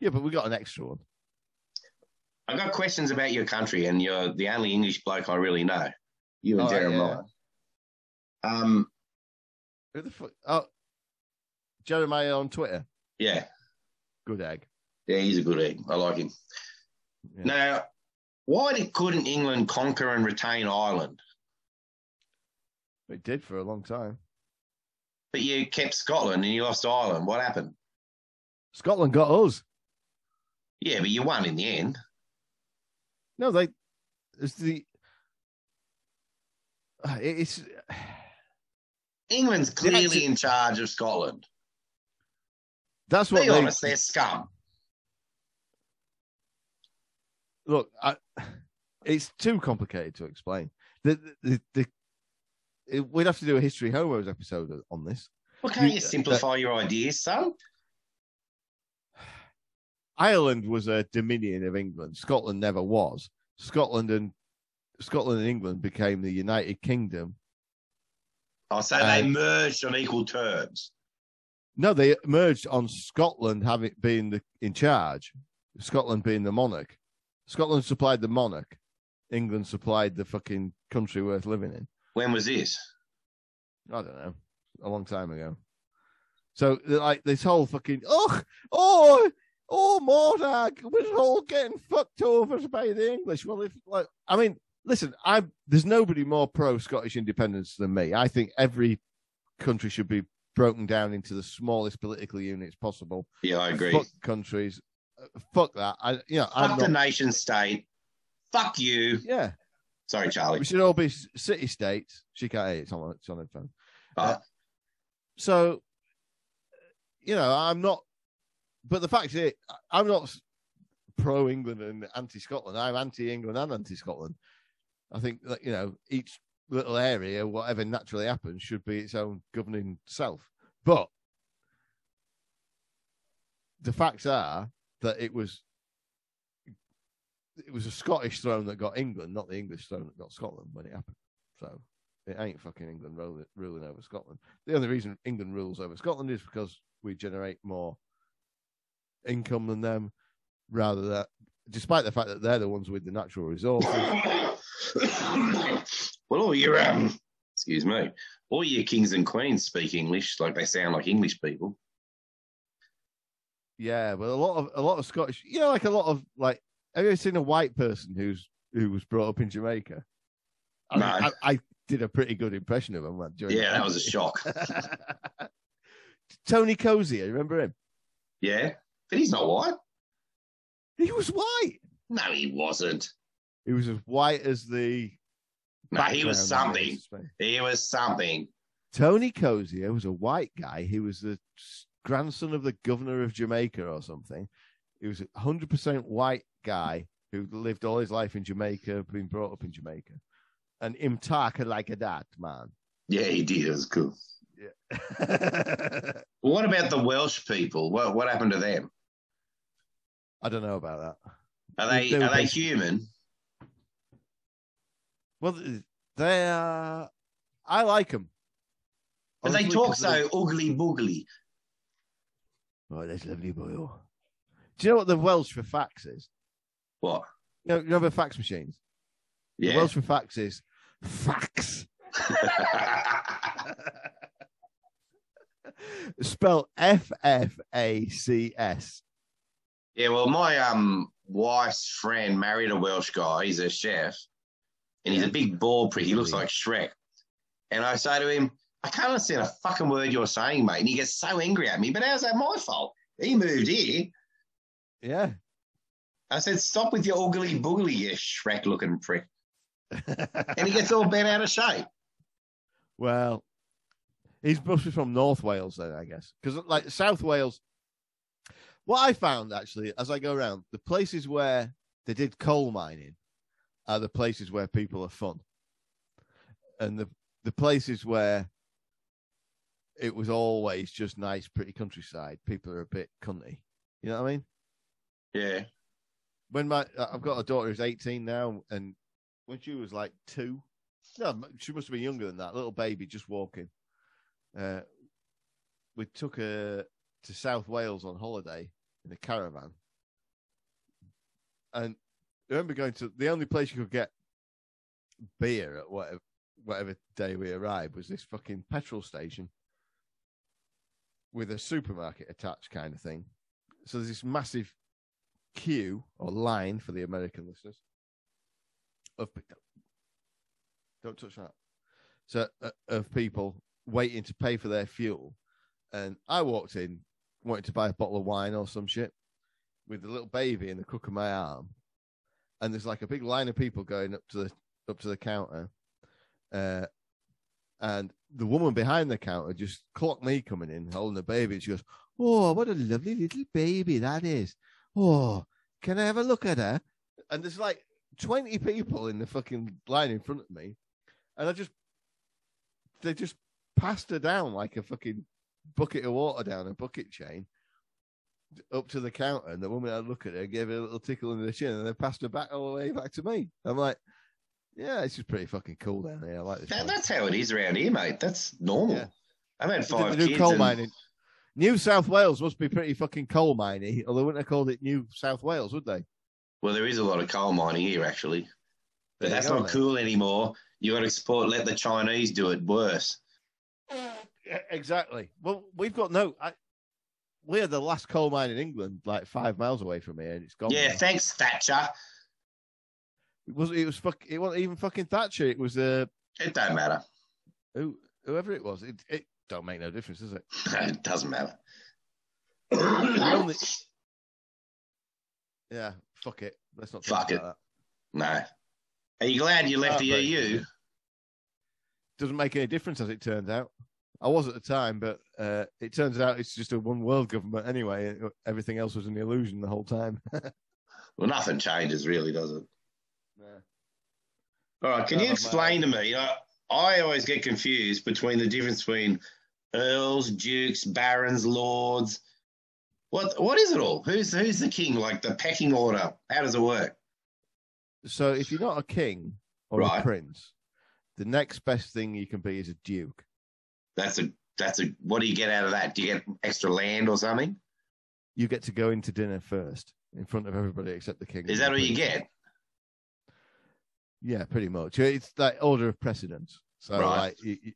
Yeah, but we got an extra one. I've got questions about your country, and you're the only English bloke I really know. You and All right, Jeremiah. Um, Who the fuck? Oh, Jeremiah on Twitter. yeah, Good egg. yeah, he's a good egg. I like him. Yeah. Now, why did, couldn't England conquer and retain Ireland, It did for a long time. but you kept Scotland and you lost Ireland? What happened? Scotland got us. Yeah, but you won in the end. No, they. It's the. [sighs] Ah, it- It's England's Yeah, clearly it's- in charge of Scotland. that's what Be they, honest, they're scum. look, I, it's too complicated to explain. The, the, the, it, we'd have to do a history homos episode on this. Well, can't You- you simplify your ideas, son? Ireland was a dominion of England. Scotland never was. Scotland and Scotland and England became the United Kingdom. I'll say they Um, merged on equal terms. No, they merged on Scotland having being the, in charge. Scotland being the monarch. Scotland supplied the monarch. England supplied the fucking country worth living in. When was this? I don't know, a long time ago. So like this whole fucking oh oh oh Mordag, we're all getting fucked over by the English. Well, if like I mean, listen, I there's nobody more pro Scottish independence than me. I think every country should be broken down into the smallest political units possible. Yeah, I agree. Fuck countries, Uh, fuck that. I you know I'm Fuck the not, nation state. Fuck you. yeah. Sorry, We Charlie. should all be city states. She can't hear it. It's on, it's on her phone. Oh, so you know i'm not but the fact is i'm not pro england and anti scotland i'm anti england and anti scotland i think that you know each little area whatever naturally happens should be its own governing self but the facts are that it was it was a scottish throne that got england not the english throne that got scotland when it happened so it ain't fucking england ruling, ruling over scotland the only reason England rules over Scotland is because we generate more income than them, rather that despite the fact that they're the ones with the natural resources. well, all your um, excuse me, all your kings and queens speak English, like they sound like English people. yeah, but a lot of a lot of Scottish, you know, like a lot of like. Have you ever seen a white person who's who was brought up in Jamaica? I, mean, No. I, I did a pretty good impression of him. like, during Yeah, the- that was a shock. [laughs] Tony Cozier, remember him? Yeah, but he's not white. He was white. No, he wasn't. He was as white as the But he was background something. space. He was something. Tony Cozier was a white guy. He was the s- grandson of the governor of Jamaica or something. He was a 100% white guy who lived all his life in Jamaica, been brought up in Jamaica. And him talk like a that, [laughs] man. Yeah, he did. It was cool. What about the Welsh people? What what happened to them? I don't know about that. Are they They were are they basically- human? Well, th- they are. I like them. But they talk so ugly boogly. Oh, that's lovely boy. oh. Do you know what the Welsh for fax is? What? You know, you know the fax machines? The Yeah. Welsh for fax is fax. [laughs] [laughs] Spell F F A C S. yeah. Well, my um wife's friend married a Welsh guy. He's a chef, and he's a big bald prick. He looks like Shrek. And I say to him, I can't understand a fucking word you're saying, mate. And he gets so angry at me. But how's that my fault? He moved here. Yeah. [laughs] I said, stop with your ugly boogly, you Shrek looking prick. And he gets all bent out of shape. Well, he's must be from North Wales then, I guess, because like South Wales. What I found actually, as I go around, the places where they did coal mining are the places where people are fun, and the the places where it was always just nice, pretty countryside. People are a bit cunty. You know what I mean? Yeah. when my I- I've got a daughter who's 18 now, and when she was like two, no, m- she must have been younger than that, little baby just walking. Uh, we took her to South Wales on holiday in a caravan, and I remember going to the only place you could get beer at whatever whatever day we arrived was this fucking petrol station with a supermarket attached kind of thing. So there's this massive queue or line for the American listeners of pe- don't touch that. So uh, of people waiting to pay for their fuel, and I walked in wanting to buy a bottle of wine or some shit with the little baby in the crook of my arm, and there's like a big line of people going up to the up to the counter, uh, and the woman behind the counter just clocked me coming in holding the baby. And she goes, "Oh, what a lovely little baby that is." oh, can I have a look at her? And there's like 20 people in the fucking line in front of me. And I just, they just passed her down like a fucking bucket of water down a bucket chain up to the counter. And the woman had a look at her, gave her a little tickle in the chin, and then passed her back all the way back to me. I'm like, yeah, this is pretty fucking cool down here. I like this. That, place. that's how it is around here, mate. That's normal. Yeah. I've had They did five the new kids. coal and- mining. New South Wales must be pretty fucking coal miney, although they wouldn't have called it New South Wales, would they? Well, there is a lot of coal mining here, actually. There But you that's go, not mate. cool anymore. You got to export, let the Chinese do it worse. Yeah, exactly. Well, we've got no. I, we're the last coal mine in England, like five miles away from here, and it's gone. yeah, now. thanks, Thatcher. it was. It was fuck. It wasn't even fucking Thatcher. It was uh, It don't matter. [laughs] who, whoever it was. It, it don't make no difference, does it? it doesn't [coughs] matter. only- Yeah, fuck it. Let's not talk Fuck about it. that. [coughs] no. Are you glad Ah, you left the E Heartbreaking, EU? isn't it? Doesn't make any difference, as it turned out. I was at the time, but uh, it turns out it's just a one world government anyway. Everything else was an illusion the whole time. Well, nothing changes, really, does it? All right. Can No, you mate. explain to me? I, I always get confused between the difference between earls, dukes, barons, lords. What what is it all? Who's who's the king? Like the pecking order? How does it work? So if you're not a king or a Right. prince, the next best thing you can be is a duke. That's a that's a. What do you get out of that? Do you get extra land or something? You get to go into dinner first in front of everybody except the king. and Is that the all you prince. get? Yeah, pretty much. It's like order of precedence. So Right. like, you, you-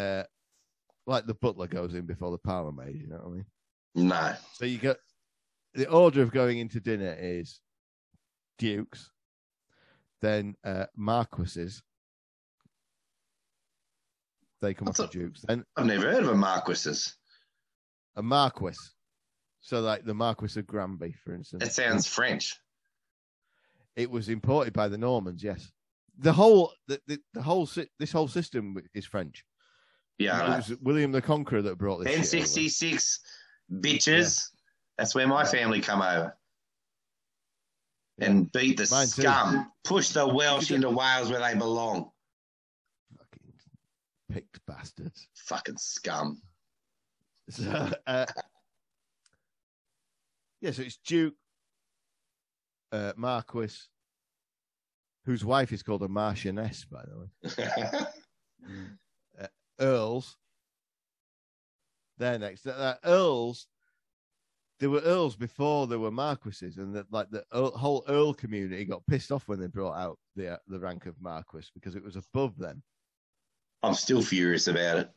uh, like the butler goes in before the parlour maid. You know what I mean? No. So you got the order of going into dinner is dukes, then uh, marquises. They come up That's after dukes, then I've never heard of a marquesses. a marquis. So, like the Marquis of Granby, for instance. That sounds French. It was imported by the Normans, yes. the whole the, the, the whole si- this whole system is French. Yeah. I know. It was William the Conqueror that brought this. shit over. N66 bitches. That's where my family come over and beat the Mine too. scum. Push the Welsh You into Wales where they belong. Fucking picked bastards. [laughs] Fucking scum. [laughs] So, uh, yeah, so it's Duke uh, Marquis, whose wife is called a Marchioness, by the way. Earls. They're next. They're, they're Earls. They were Earls before they were Marquises, and that like the Earl, whole Earl community got pissed off when they brought out the uh, the rank of Marquis because it was above them. [laughs] I'm still furious about it.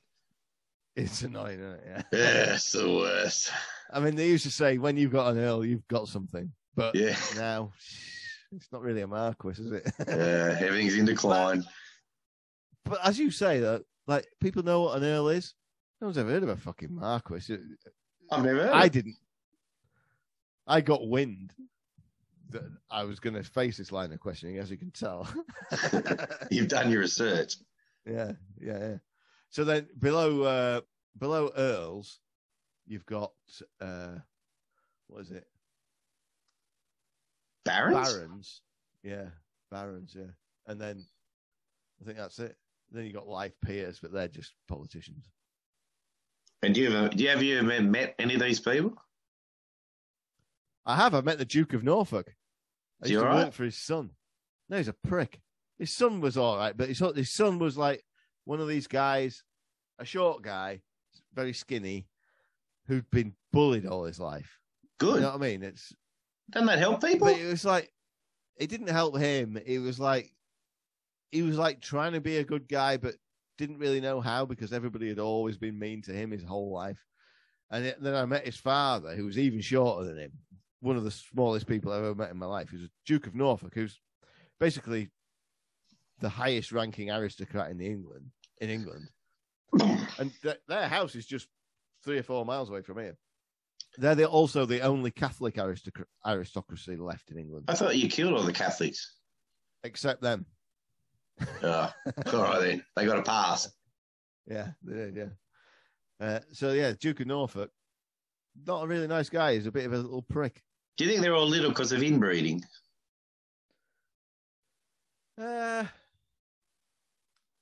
It's annoying, isn't it? Yeah. Yeah, it's the worst. I mean, they used to say when you've got an Earl, you've got something, but Yeah. now [sighs] it's not really a Marquis, is it? [laughs] Yeah, Uh, everything's in decline. but as you say, though, like people know what an Earl is. No one's ever heard of a fucking Marquis. I've never heard of I it. didn't. I got wind that I was going to face this line of questioning, as you can tell. [laughs] You've done your research. yeah, yeah, yeah. So then below uh, below Earls, you've got uh, what is it? Barons? Barons. Yeah, barons. Yeah, and then I think that's it. Then you got life peers, but they're just politicians. And do you ever, do you, have you ever met any of these people? I have. I met the Duke of Norfolk. I Is he used to alright? work for his son. No, he's a prick. His son was all right, but his, his son was like one of these guys, a short guy, very skinny, who'd been bullied all his life. Good. You know what I mean? It's Doesn't that help people? but it was like it didn't help him. It was like he was like trying to be a good guy, but didn't really know how because everybody had always been mean to him his whole life. And it- then I met his father, who was even shorter than him, one of the smallest people I've ever met in my life. He was Duke of Norfolk, who's basically the highest ranking aristocrat in England. In England, and th- their house is just three or four miles away from here. They're the, also the only Catholic aristocra- aristocracy left in England I thought you killed all [laughs] the Catholics. except them. Oh, all right then. They got a pass. Yeah, they did, yeah. Uh, so yeah, Duke of Norfolk, not a really nice guy. He's a bit of a little prick. Do you think they're all little because of inbreeding? Uh,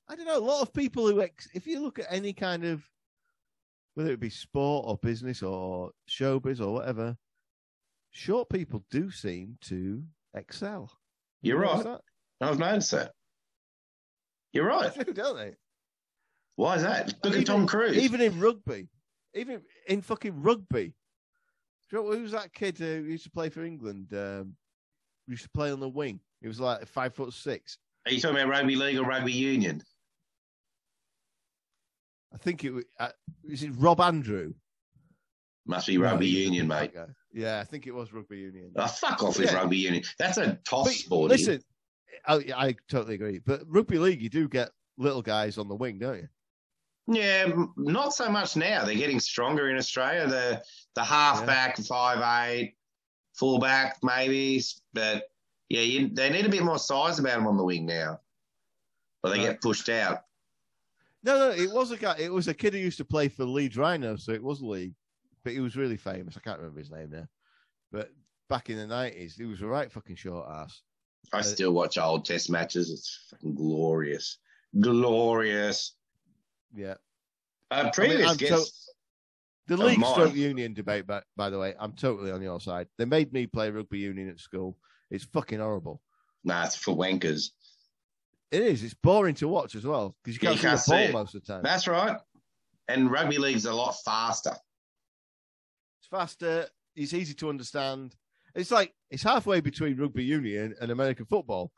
I don't know. A lot of people who, ex- if you look at any kind of, whether it be sport or business or showbiz or whatever, short people do seem to excel. You're Notice right. I've noticed that. You're right. that? They do, don't they? Why is that? Look Even- at Tom Cruise. Even in rugby, even in fucking rugby. Do you know, who was that kid who used to play for England? Um, who used to play on the wing. He was like five foot six. Are you talking about rugby league or rugby union? I think it was, uh, was it Rob Andrew. Must be No, rugby he was a union, black mate. guy. Yeah, I think it was rugby union. Oh, fuck off with Yeah. rugby union. That's a toss But sport. dude. listen, I, I totally agree. But rugby league, you do get little guys on the wing, don't you? Yeah, m- not so much now. They're getting stronger in Australia. The the halfback, five eight, fullback maybe, s- but yeah, you, they need a bit more size about them on the wing now, or they Right. get pushed out. No, no, it was a guy. It was a kid who used to play for Leeds Rhino, so it was League, but he was really famous. I can't remember his name now, but back in the nineties, he was a right fucking short ass. I Uh, still watch old Test matches. It's fucking glorious, glorious. Yeah, Uh, previous I'm um, so- guest, the Oh, league my. stroke union debate. By, by the way, I'm totally on your side. They made me play rugby union at school. It's fucking horrible. nah, it's for wankers. It is. It's boring to watch as well because you Yeah, can't, you can't see the ball see it. most of the time. That's right. And rugby league's a lot faster. It's faster. It's easy to understand. It's like it's halfway between rugby union and American football,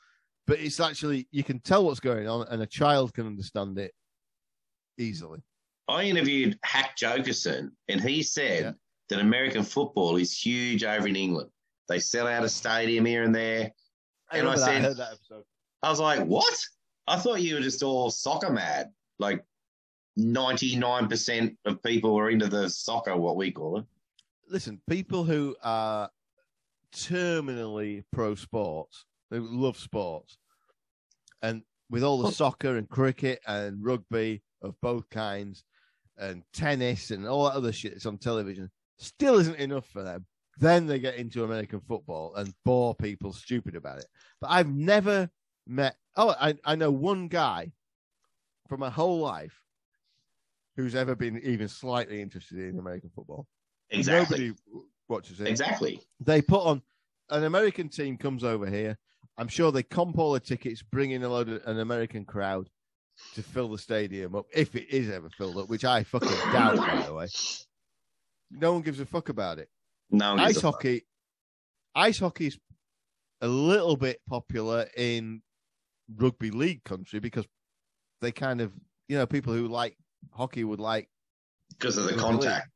but it's actually you can tell what's going on, and a child can understand it easily. I interviewed Hack Jokerson, and he said Yeah. that American football is huge over in England. They sell out a stadium here and there. And I remember that. said- heard that episode. I was like, what? I thought you were just all soccer mad. Like 99% of people were into the soccer, what we call it. Listen, people who are terminally pro sports, who love sports, and with all the soccer and cricket and rugby of both kinds and tennis and all that other shit that's on television still isn't enough for them. Then they get into American football and bore people stupid about it. But I've never met, oh, I, I know one guy from my whole life who's ever been even slightly interested in American football. Exactly. Nobody watches it Exactly. they put on an American team comes over here. I'm sure they comp all the tickets, bring in a load of an American crowd to fill the stadium up, if it is ever filled up, which I [coughs] fucking doubt, by the way. No one gives a fuck about it. No, one gives Ice a fuck. hockey, ice hockey is a little bit popular in rugby league country because they kind of, you know, people who like hockey would like, because of the Rugby contact.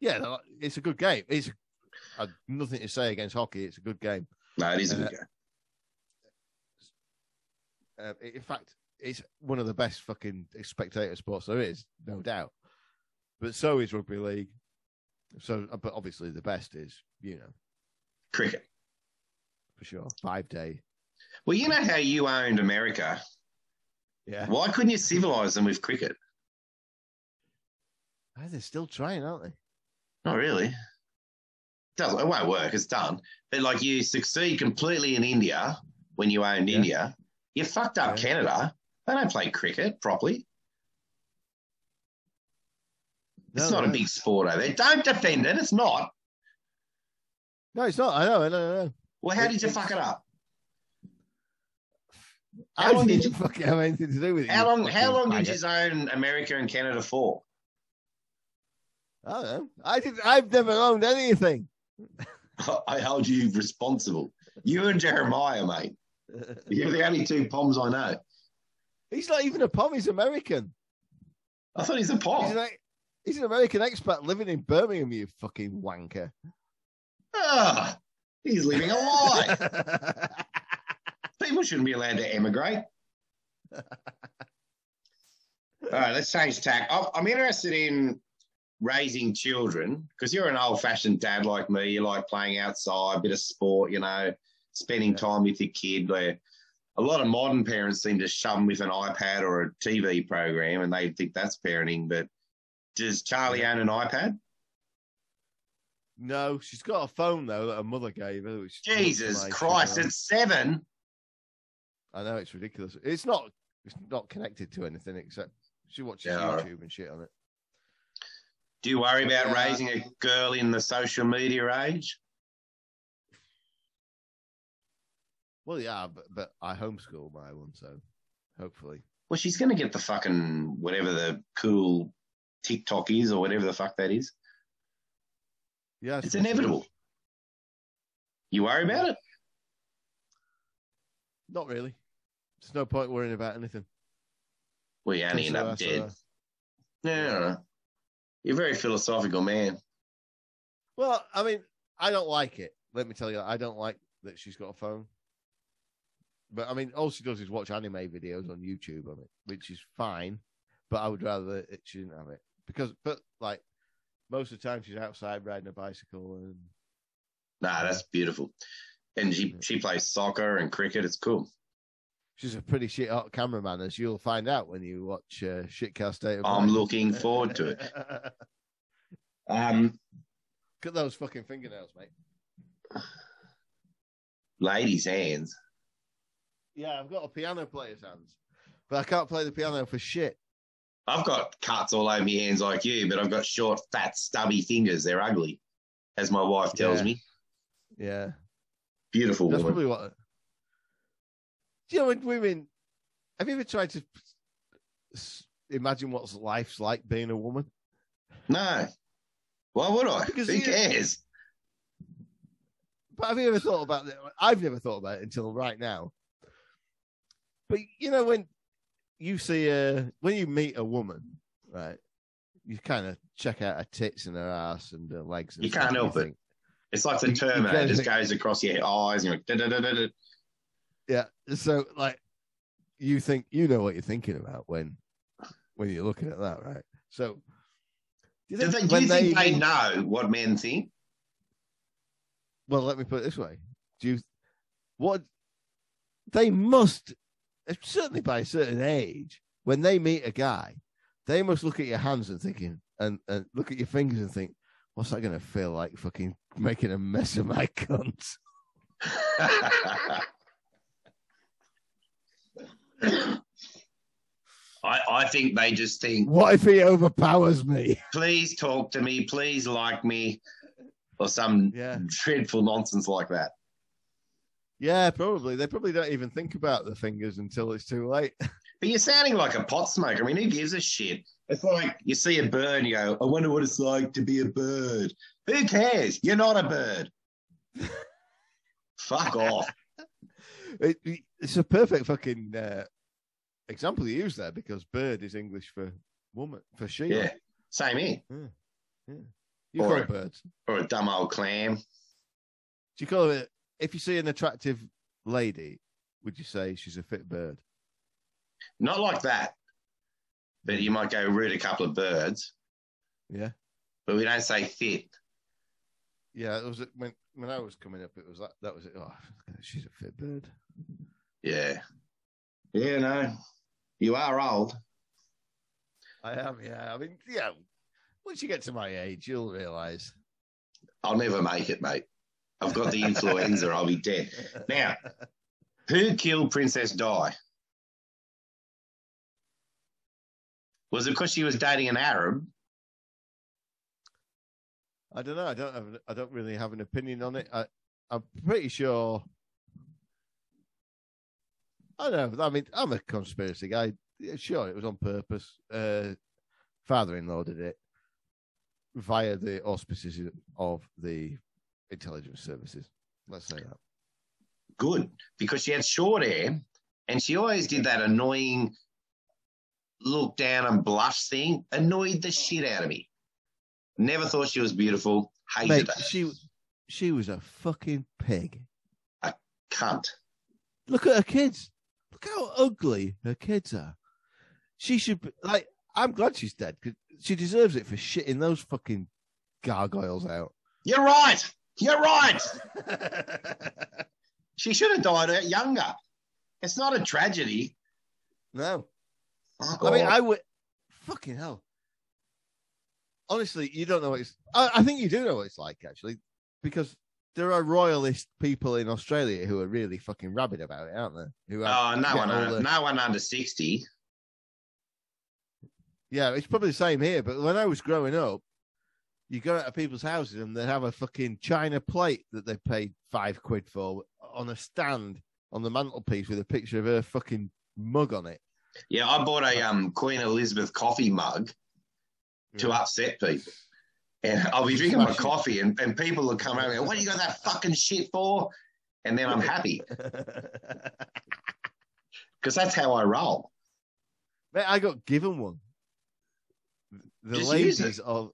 yeah, they're like, it's a good game. It's I've nothing to say against hockey. It's a good game. No, it is a good Uh, game. Uh, in fact, it's one of the best fucking spectator sports there is, no doubt. But so is rugby league. So, uh, but obviously the best is, you know, Cricket. for sure, five day. Well, you know how you owned America. Yeah, Why couldn't you civilize them with cricket? Ah, they're still trying, aren't they? Not Oh, really. Doesn't it won't work. It's done. But like you succeed completely in India when you owned Yeah. India. You fucked up Yeah. Canada. They don't play cricket properly. it's No, not a no. big sport over there. Don't defend it. It's not. No, it's not. I know. I know. I know. Well, how It- did you it's- fuck it up? How I long did didn't you- fucking have anything to do with it. you How long? How fucking long did faggot. you own America and Canada for? I don't know. I did. I've never owned [laughs] anything. [laughs] I held you responsible. You and Jeremiah, mate. You're the only two poms I know. he's not even a pom. He's American. I thought he's a pom. He's, an, ex- he's an American expat living in Birmingham. You fucking wanker. Ah, he's living a [laughs] lie. People shouldn't be allowed [laughs] to emigrate. All right, let's change tack. I'm, I'm interested in raising children because you're an old fashioned dad like me. You like playing outside, a bit of sport, you know, spending Yeah. time with your kid. Where a lot of modern parents seem to shove 'em with an iPad or a TV program and they think that's parenting. But does Charlie own an iPad? [laughs] No, she's got a phone though that her mother gave her. Which looks Jesus like- Christ, it's seven. I know it's ridiculous. It's not. It's not connected to anything except she watches Yeah, all right. YouTube and shit on it. Do you worry about Yeah. raising a girl in the social media age? Well, yeah, but, but I homeschool my one, so hopefully, Well, she's going to get the fucking whatever the cool TikTok is or whatever the fuck that is. yeah, I It's suppose it inevitable. is. You worry about it? Not really. There's no point worrying about anything. Well, you only Kiss end her up ass dead. or- Yeah, I don't know. You're a very philosophical man. Well, I mean, I don't like it. Let me tell you, I don't like that she's got a phone. But I mean, all she does is watch anime videos on YouTube on it, which is fine. But I would rather that she didn't have it because, but like most of the time, she's outside riding a bicycle and Nah, that's beautiful. And she, she plays soccer and cricket. It's cool. she's a pretty shit hot cameraman, as you'll find out when you watch uh, Shitcast Data. I'm looking forward to it. Um, [laughs] Cut those fucking fingernails, mate. ladies' hands. Yeah, I've got a piano player's hands, but I can't play the piano for shit. I've got cuts all over my hands like you, but I've got short, fat, stubby fingers. They're ugly, as my wife tells Yeah. me. Yeah. Beautiful That's woman. probably what. Do you know when women? Have you ever tried to s- imagine what life's like being a woman? No. Why would I? Because Who you- cares? But have you ever thought about it? I've never thought about it until right now. But you know when you see a when you meet a woman, right? You kind of check out her tits and her ass and her legs. And You stuff, can't and help it. think, It's like You- the you Terminator. It don't just think- goes across your eyes and you're like, da, da, da, da, da. Yeah. So like you think you know what you're thinking about when when you're looking at that, right? So do Do they, do when you think they know what men think? [laughs] well let me put it this way. Do you what they must certainly by a certain age, when they meet a guy, they must look at your hands and thinking and, and look at your fingers and think, what's that gonna feel like fucking making a mess of my [laughs] cunt? I, I think they just think, What if he overpowers me? please talk to me, please like me, or some Yeah. dreadful nonsense like that. Yeah, probably. They probably don't even think about the fingers until it's too late. [laughs] But you're sounding like a pot smoker. I mean, who gives a shit? It's like you see a bird, you go, I wonder what it's like to be a bird. Who cares? You're not a bird. Fuck off. It, it- it's a perfect fucking uh, example you use there because bird is English for woman, for she. Yeah. Same here. You Or- call it birds. Or a dumb old clam. Do you call it if you see an attractive lady? Would you say she's a fit bird? Not like that. But you might go root a couple of birds, Yeah, but we don't say fit. yeah. It was when when I was coming up. It was that that was it. Oh, she's a fit bird. Yeah. Yeah, no. You are old. I am. Yeah. I mean, yeah. Once you get to my age, you'll realise. I'll never make it, mate. I've got the influenza. I'll be dead. Now, who killed Princess Di? Was it because she was dating an Arab? I don't know. I don't have. an- I don't really have an opinion on it. I, I'm pretty sure. I don't know. I mean, I'm a conspiracy guy. Yeah, Sure, it was on purpose. Uh, father-in-law did it via the auspices of the intelligence services. Let's say that. Good, because she had short hair and she always did that annoying look down and blush thing. Annoyed the shit out of me. Never thought she was beautiful. Hated Mate, her. she she was a fucking pig. Cunt. Look at her kids. Look how ugly her kids are. She should be like. I'm glad she's dead 'cause she deserves it for shitting those fucking gargoyles out. You're right. You're right. She should have died younger. It's not a tragedy. oh, no, Fuck I mean off. I would. Fucking hell. Honestly, you don't know what it's. I, I think you do know what it's like actually, because there are royalist people in Australia who are really fucking rabid about it, aren't there? Who have Oh, no Yeah, one, all under, the- no one under sixty. Yeah, it's probably the same here. But when I was growing up, you go out of people's houses and they'd have a fucking china plate that they paid five quid for on a stand on the mantelpiece with a picture of her fucking mug on [laughs] it. Yeah, I bought a um, Queen Elizabeth coffee mug to upset people, and I'll be drinking my Smash it. coffee, and, and people will come over and go, "What do you got that fucking shit for?" And then I'm happy because that's how I roll. [coughs] Mate, I got given one. The Just use it. ladies of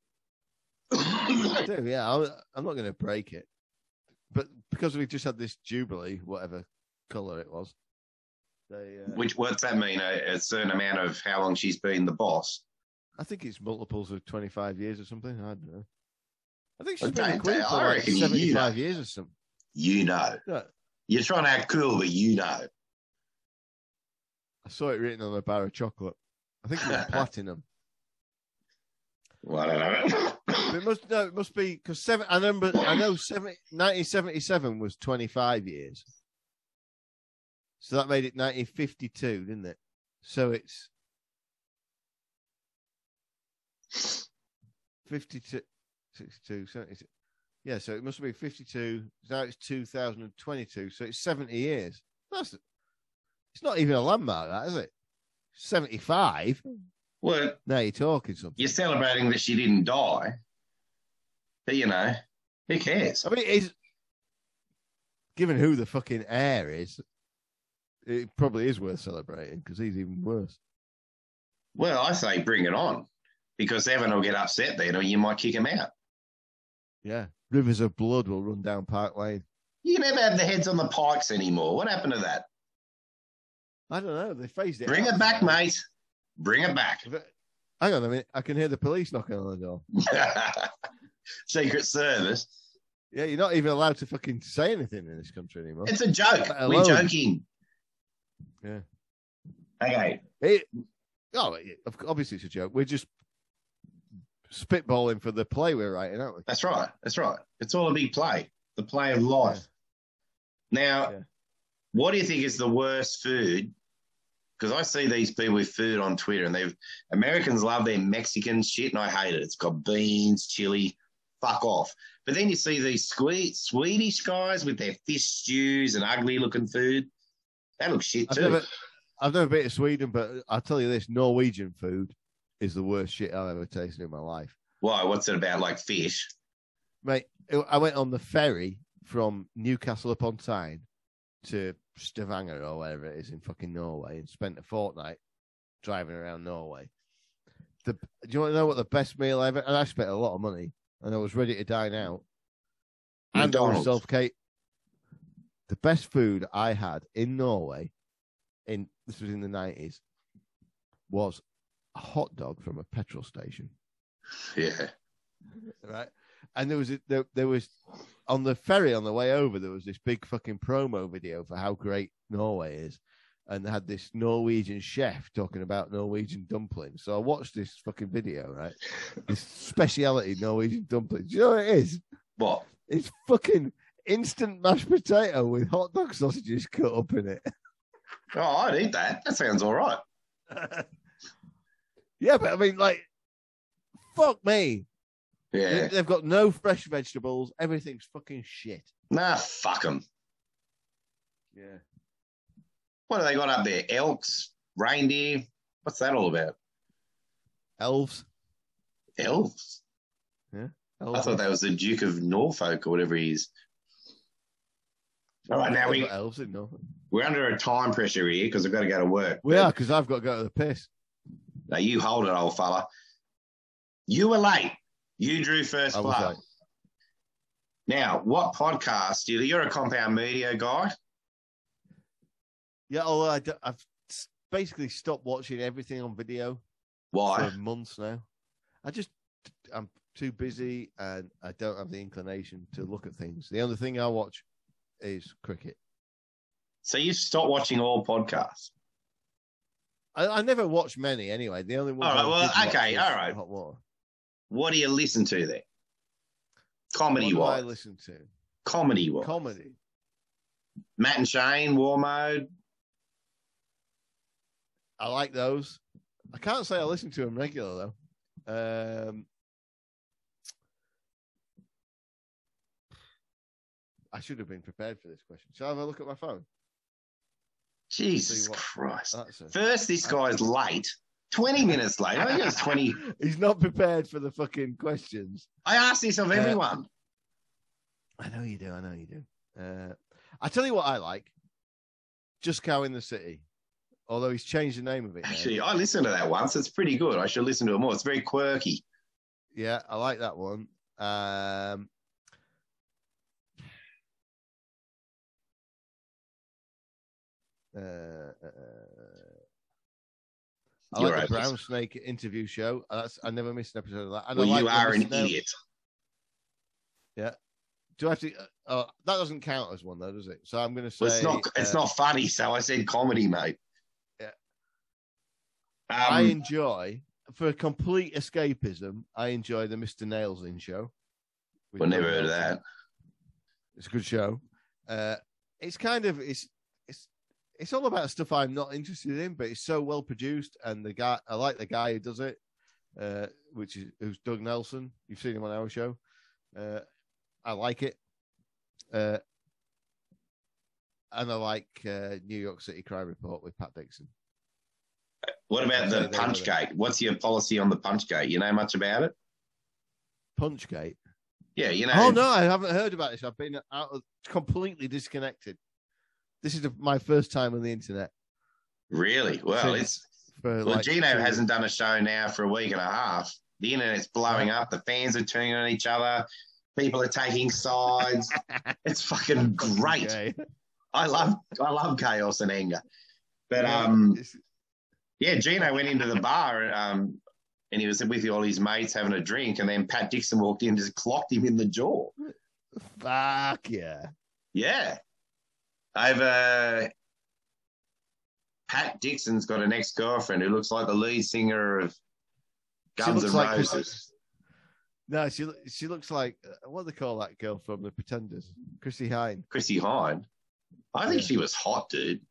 I do, yeah. I, I'm not going to break it, but because we just had this jubilee, whatever color it was, they. Uh, Which what's that mean? A, a certain amount of how long she's been the boss? I think it's multiples of 25 years or something. I don't know. I think she's Well, been a don't queen they? for I like reckon you knew 75 years or something. You know, Look, you're trying to act cool, but you know. I saw it written on a bar of chocolate. I think it [laughs] was platinum. Well, I don't know. [coughs] But it must no, it must be because seven. I remember. I know 70, 1977 was 25 years, so that made it 1952, didn't it? So it's 52, 62, 72. Yeah, so it must be 52. Now it's 2022, so it's 70 years. That's it's not even a landmark, that is it? 75. well, Now you're talking something. you're celebrating that she didn't die, but you know, who cares? I mean, it's given who the fucking heir is, it probably is worth celebrating because he's even worse. Well, I say bring it on because Evan will get upset then, or you might kick him out. Yeah, rivers of blood will run down Park Lane. You never have the heads on the pikes anymore. What happened to that? I don't know. They phased it. Bring out. it back, mate. Bring it back. [laughs] Hang on a minute. I can hear the police knocking on the door. Secret Service. Yeah, you're not even allowed to fucking say anything in this country anymore. It's a joke. Hello. We're joking. Yeah. Okay. It, oh, it- of- obviously it's a joke. We're just spitballing for the play we're writing, aren't we? That's right. That's right. It's all a big play, the play of life. Now, Yeah. what do you think is the worst food? Because I see these people with food on Twitter, and they've Americans love their Mexican shit, and I hate it. It's got beans, chili, fuck off. But then you see these sweet Swedish guys with their fish stews and ugly looking food. That looks shit I've too. never, I've never been to Sweden, but I'll tell you this: Norwegian food is the worst shit I've ever tasted in my life. Why? What's it about? Like fish? mate. I went on the ferry from Newcastle upon Tyne to Stavanger or wherever it is in fucking Norway, and spent a fortnight driving around Norway. The do you want to know what the best meal I ever? And I spent a lot of money, and I was ready to dine out. And I was McDonald's. self-ca- The best food I had in Norway, in this was in the nineties, was a hot dog from a petrol station Yeah. right? And there was a, there, there was on the ferry on the way over there was this big fucking promo video for how great Norway is, and they had this Norwegian chef talking about Norwegian dumplings. So I watched this fucking video, right? This speciality Norwegian dumplings. Do you know what it is? What? It's fucking instant mashed potato with hot dog sausages cut up in [laughs] it. Oh, I'd eat that. That sounds all right. yeah, but I mean, like, fuck me. They- Yeah. They've got no fresh vegetables. Everything's fucking shit. Nah, fuck them. Yeah. What have they got up there? Elks, reindeer. What's that all about? Elves. Elves. I thought that was the Duke of Norfolk or whatever he is. All right, now we, elves in Norfolk. we're under a time pressure here because I've got to go to work. We are because I've got to go to the piss. Now you hold it, old fella. You were late. You drew first I was blood. like, Now, what podcast? you- You're a compound media guy. yeah, although I don't- I've s- basically stopped watching everything on video Why? for months now. I just I'm too busy and I don't have the inclination to look at things. The only thing I watch is cricket. So you stopped watching all podcasts. I, I never watch many anyway. The only one. All right, well, okay, all right. Hot water. What do you listen to then? What Comedy do I wise. listen to? Comedy wise. Comedy. Matt and Shane, War Mode. I like those. I can't say I listen to them regular though. Um, I should have been prepared for this question. Shall I have a look at my phone? Jesus See what- uh, Christ. That's a... First, this guy's late. 20 minutes late. I think it [laughs] was 20. He's not prepared for the fucking questions. I ask this of Yeah. everyone. I know you do. I know you do. Uh, I tell you what I like. Just Cow in the City. Although he's changed the name of it. now. Actually, I listened to that once. It's pretty good. I should listen to it more. It's very quirky. Yeah, I like that one. Um, uh, I You're like right. the Brown Snake interview show. Uh, That's I never missed an episode of that. And I Well, like you the are an Mr. No- idiot. Do I have to? Uh, oh, that doesn't count as one though, does it? So I'm going to say Well, it's not. It's uh, not funny. So I said comedy, mate. Yeah. I Um, enjoy for complete escapism. I enjoy the Mister Nails in show. with well, never Bill heard of Nelson. that. It's a good show. Uh, it's kind of it's it's it's all about stuff I'm not interested in, but it's so well produced, and the guy I like the guy who does it, uh, which is who's Doug Nelson. You've seen him on our show. Uh, I like it, uh, and I like uh, New York City Crime Report with Pat Dixon. What Sorry, about the there we punch go. gate? What's your policy on the punch gate? You know much about it? Punchgate. Yeah, you know. Oh no, I haven't heard about this. I've been out of, completely disconnected. This is the, my first time on the internet. Really? Well, Since- it's For Well, like Gino two- hasn't done a show now for a week and a half. The internet's blowing up. The fans are turning on each other. People are taking sides. it's [laughs] fucking great. Okay. I love I love chaos and anger. But Yeah, um, it's- yeah, Gino went into the bar um, and he was with all his mates having a drink, and then Pat Dixon walked in and just clocked him in the jaw. fuck yeah. Yeah, over uh, Pat Dixon's got an ex girlfriend who looks like the lead singer of She Guns looks N' like- Roses. No, she loo- she looks like uh, what do they call that girl from The Pretenders, Chrissy Hine. Chrissy Hine. I think Yeah. she was hot, dude.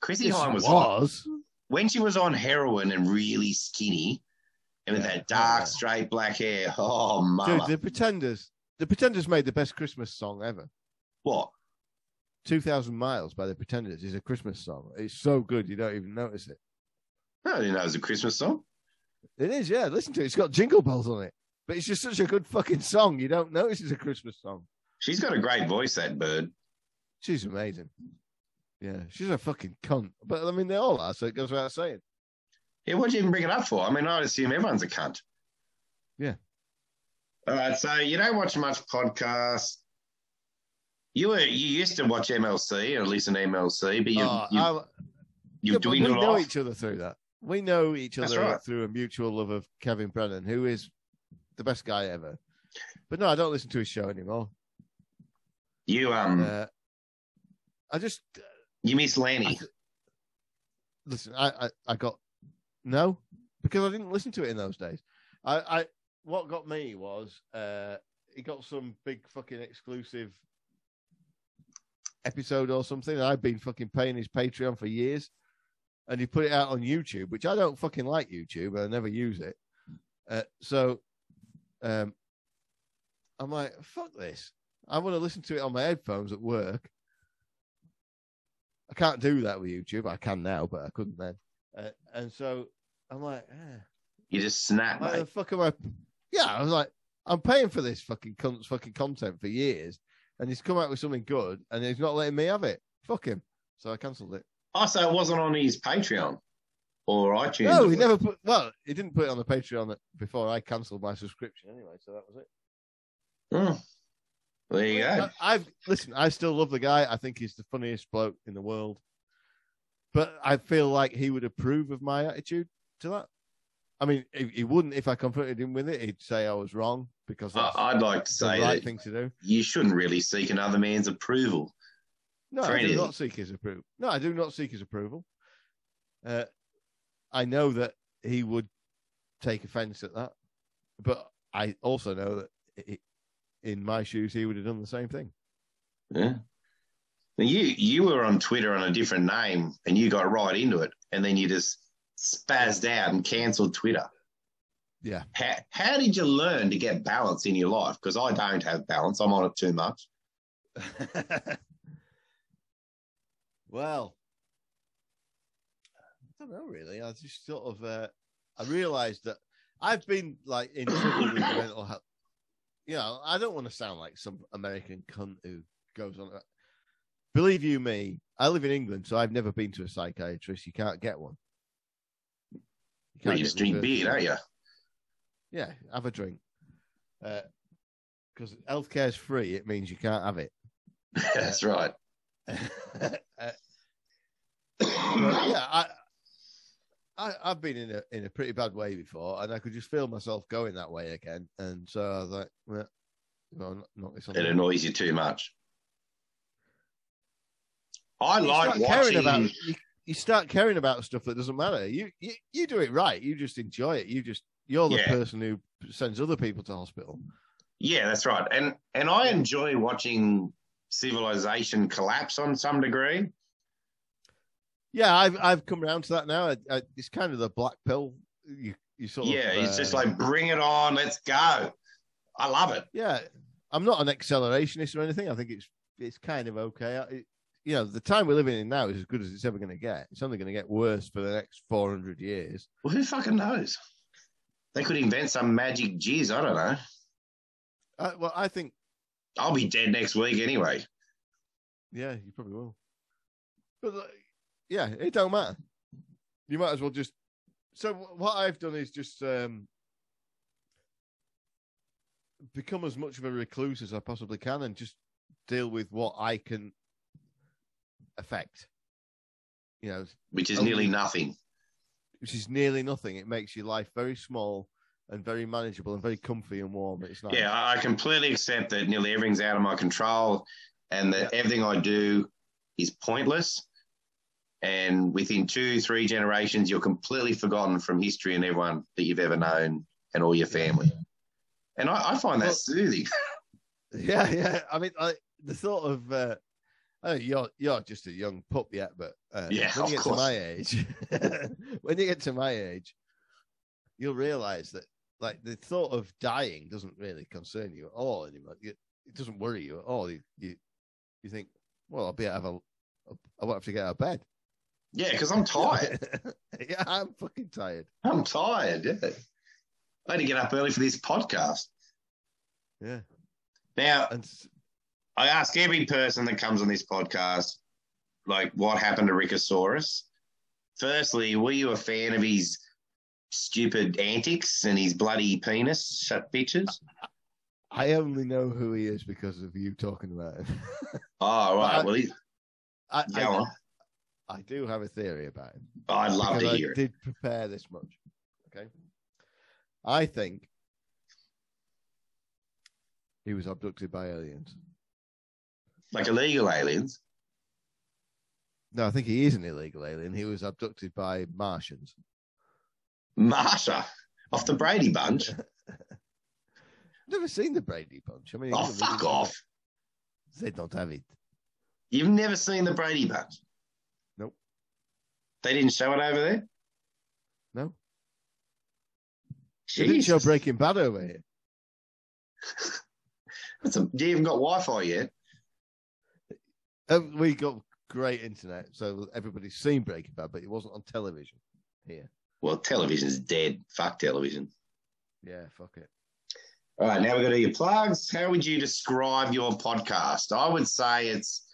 Chrissy Yes, Hine she was hot. When she was on heroin and really skinny and with Yeah. that dark, Yeah. straight black hair. Oh, Dude, mama. The Pretenders. The Pretenders made the best Christmas song ever. What? Two Thousand Miles by The Pretenders is a Christmas song. It's so good you don't even notice it. I didn't know it was a Christmas song. It is, yeah. Listen to it. It's got jingle bells on it, but it's just such a good fucking song. You don't notice it's a Christmas song. She's got a great voice, that bird. She's amazing. Yeah, she's a fucking cunt. But I mean, they all are, so it goes without saying. Yeah, what'd you even bring it up for? I mean, I'd assume everyone's a cunt. Yeah. All right, so you don't watch much podcasts. You were you used to watch MLC or listen to MLC, but you Oh, you, I- you've Yeah, but dwindled we know off. each other through that. We know each That's other right. through a mutual love of Kevin Brennan, who is the best guy ever. But no, I don't listen to his show anymore. You um Uh, I just you miss Lanny. listen. I, I I got no because I didn't listen to it in those days. I I what got me was uh he got some big fucking exclusive episode or something. and I've been fucking paying his Patreon for years, and he put it out on YouTube, which I don't fucking like YouTube. I never use it. Uh, so um, I'm like, fuck this. I want to listen to it on my headphones at work. I can't do that with YouTube. I can now, but I couldn't then. Uh, and so I'm like, eh, You just snap, why the mate. fuck am I? Yeah, I was like, I'm paying for this fucking cunt's fucking content for years, and he's come out with something good, and he's not letting me have it. Fuck him. So I cancelled it. Oh, so it wasn't on his Patreon or iTunes. No, he or- never put. Well, he didn't put it on the Patreon before I cancelled my subscription anyway. So that was it. Hmm. There you go. I, I've listen. I still love the guy. I think he's the funniest bloke in the world. But I feel like he would approve of my attitude to that. I mean, he, he wouldn't if I confronted him with it. He'd say I was wrong because I, that's I'd like to the say right that thing to do. you shouldn't really seek another man's approval. No, For I do anything. not seek his approval. No, I do not seek his approval. Uh, I know that he would take offence at that, but I also know that i in my shoes, he would have done the same thing. Yeah. Now you you were on Twitter on a different name and you got right into it and then you just spazzed out and cancelled Twitter. Yeah. How, how did you learn to get balance in your life? Because I don't have balance. I'm on it too much. [laughs] well, I don't know really. I just sort of uh, I realised that I've been like in trouble with mental health. You know, I don't want to sound like some American cunt who goes on. about- Believe you me, I live in England, so I've never been to a psychiatrist. You can't get one. You You can't just get drink referred beer, to one. don't you? [laughs] Yeah, have a drink. Because healthcare's free, it means you can't have it. [coughs] That's right. [laughs] Uh, but yeah, I, I I've been in a in a pretty bad way before, and I could just feel myself going that way again. And so I was like, well, well not, not this on it the- annoys you too much. I You like start caring watching. about you, you start caring about stuff that doesn't matter. You, you you do it right. You just enjoy it. You just you're the Yeah. person who sends other people to hospital. Yeah, that's right. And and I enjoy watching civilization collapse on some degree. Yeah, I've I've come around to that now. I, I, it's kind of the black pill. You you sort of yeah, it's just uh, like bring it on, let's go. I love it. yeah i'm not an accelerationist or anything i think it's it's kind of okay I, it, you know the time we're living in now is as good as it's ever going to get it's only going to get worse for the next 400 years Well, who fucking knows? They could invent some magic jizz. I don't know. I, well i think I'll be dead next week anyway. yeah you probably will but like, yeah it don't matter you might as well just so wh- what i've done is just um become as much of a recluse as i possibly can and just deal with what i can affect you know Which is Oh. nearly nothing. which is nearly nothing. It makes your life very small and very manageable and very comfy and warm. It's nice. Yeah, I I completely accept that nearly everything's out of my control and that everything I do is pointless. and within two, three generations, you're completely forgotten from history and everyone that you've ever known and all your family. And I, I find that Well- soothing. [laughs] [laughs] Yeah, yeah. I mean, I, the thought of uh, oh, you're you're just a young pup yet, but uh, Yeah, when of you get course. to my age, [laughs] when you get to my age, you'll realise that like the thought of dying doesn't really concern you at all anymore. You, it doesn't worry you at all. You you, you think, well, I'll be out of a, I won't have to get out of bed. Yeah, because I'm tired. [laughs] yeah, I'm fucking tired. I'm tired. Yeah. I had to get up early for this podcast. Yeah, Now, and s- I ask every person that comes on this podcast, like, what happened to Rickosaurus? Firstly, were you a fan of his stupid antics and his bloody penis shut bitches? I only know who he is because of you talking about him. [laughs] Oh, right. I- well, he, I, go Uh, I, on. I do have a theory about him. I'd love because to I hear it. did prepare this much. Okay. I think he was abducted by aliens. Like illegal aliens. No, I think he is an illegal alien. He was abducted by Martians. Marsha off the Brady Bunch. Never seen the Brady Bunch. I mean, Oh, they fuck don't- off. They don't have it. You've never seen the Brady Bunch? Nope. They didn't show it over there? No, they didn't show Jesus. Breaking Bad over here. That's a, you haven't got Wi Fi yet. Uh, we got great internet, so everybody's seen Breaking Bad, but it wasn't on television here. Well, television's dead. Fuck television. Yeah, fuck it. All right, now we're going to do your plugs. How would you describe your podcast? I would say it's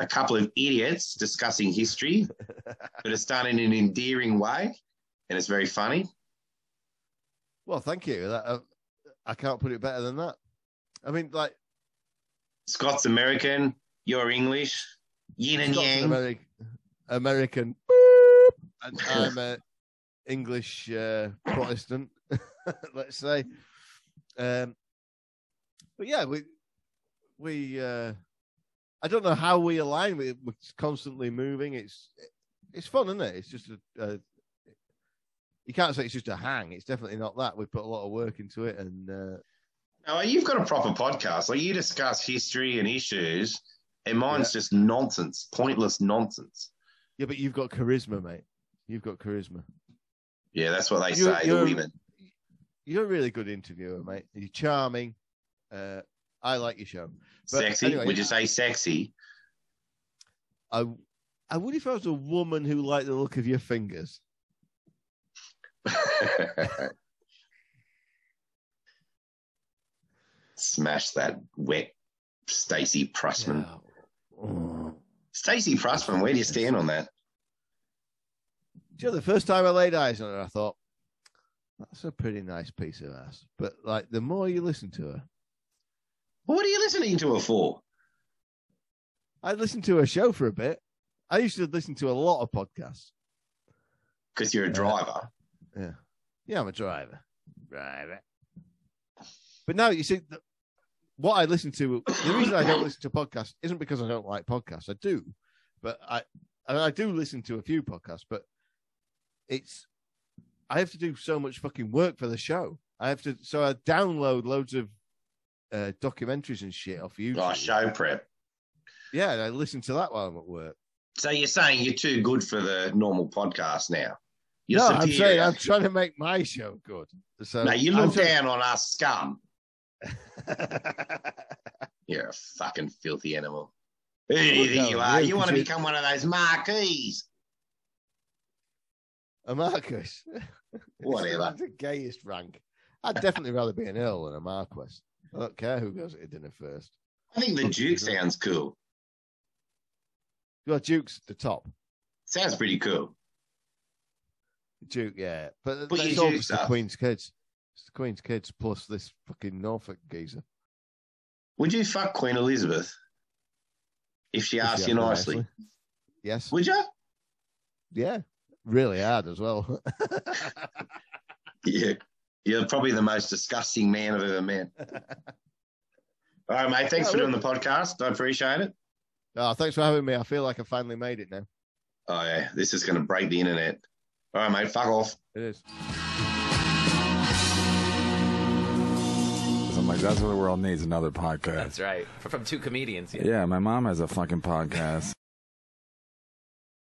a couple of idiots [laughs] discussing history, but it's done in an endearing way, and it's very funny. Well, thank you. That, uh, I can't put it better than that. I mean, like. Scott's American, you're English, yin and Scott's an yang. Ameri- [laughs] American. And I'm a English uh, Protestant, [laughs] let's say. Um, but yeah, we we uh, I don't know how we align. We, we're constantly moving. It's it's fun, isn't it? It's just a, a you can't say it's just a hang. It's definitely not that. We put a lot of work into it, and uh, No, you've got a proper podcast. Like you discuss history and issues, and mine's just nonsense, pointless nonsense. yeah. But you've got charisma, mate. You've got charisma. Yeah, that's what they You're- say. you're- the women. You're a really good interviewer, mate. You're charming. Uh, I like your show. but Sexy. anyway- would you say sexy? [laughs] I I would if I was a woman who liked the look of your fingers. Smash that wet Stacey Prussman. Oh. Stacey Prussman, where do you stand on that? Do you know, the first time I laid eyes on her, I thought that's a pretty nice piece of ass. But like, the more you listen to her, What are you listening to her for? I listened to her show for a bit. I used to listen to a lot of podcasts. Because Uh, you're a driver. Yeah, I'm a driver. Driver. But now you see th- what I listen to. The reason I don't listen to podcasts isn't because I don't like podcasts. I do, but I and I do listen to a few podcasts. But it's I have to do so much fucking work for the show. I have to so I download loads of uh, documentaries and shit off YouTube. Oh, show prep. Yeah, and I listen to that while I'm at work. So you're saying you're too good for the normal podcast now? You're no, I'm superior. saying I'm trying to make my show good. So no, you I'm look trying- down on us scum. [laughs] You're a fucking filthy animal. Who do you Look think down you on are? you You want to 'cause you- become one of those marquees. A [laughs] Marcus. Whatever. It's the gayest rank. I'd definitely rather be an Earl than a Marquess. I don't care who goes to dinner first. I think the Duke sounds cool. Well, Duke's the top. Sounds pretty cool. Duke, yeah. But But that's you all Dukes just the are- Queen's kids. It's the Queen's kids plus this fucking Norfolk geezer. Would you fuck Queen Elizabeth if she asked If you have to nicely? nicely. Yes. Would you? Yeah. Really hard as well. [laughs] Yeah. You're probably the most disgusting man I've ever [laughs] met. All right, mate. Thanks Yeah, for doing the Oh, look- Ah, podcast. I appreciate it. oh, thanks for having me. I feel like I finally made it now. Oh yeah, this is going to break the internet. All right, mate, fuck off. It is. I'm like, that's what the world needs another podcast. That's right. From two comedians. Yeah, my mom has a fucking podcast.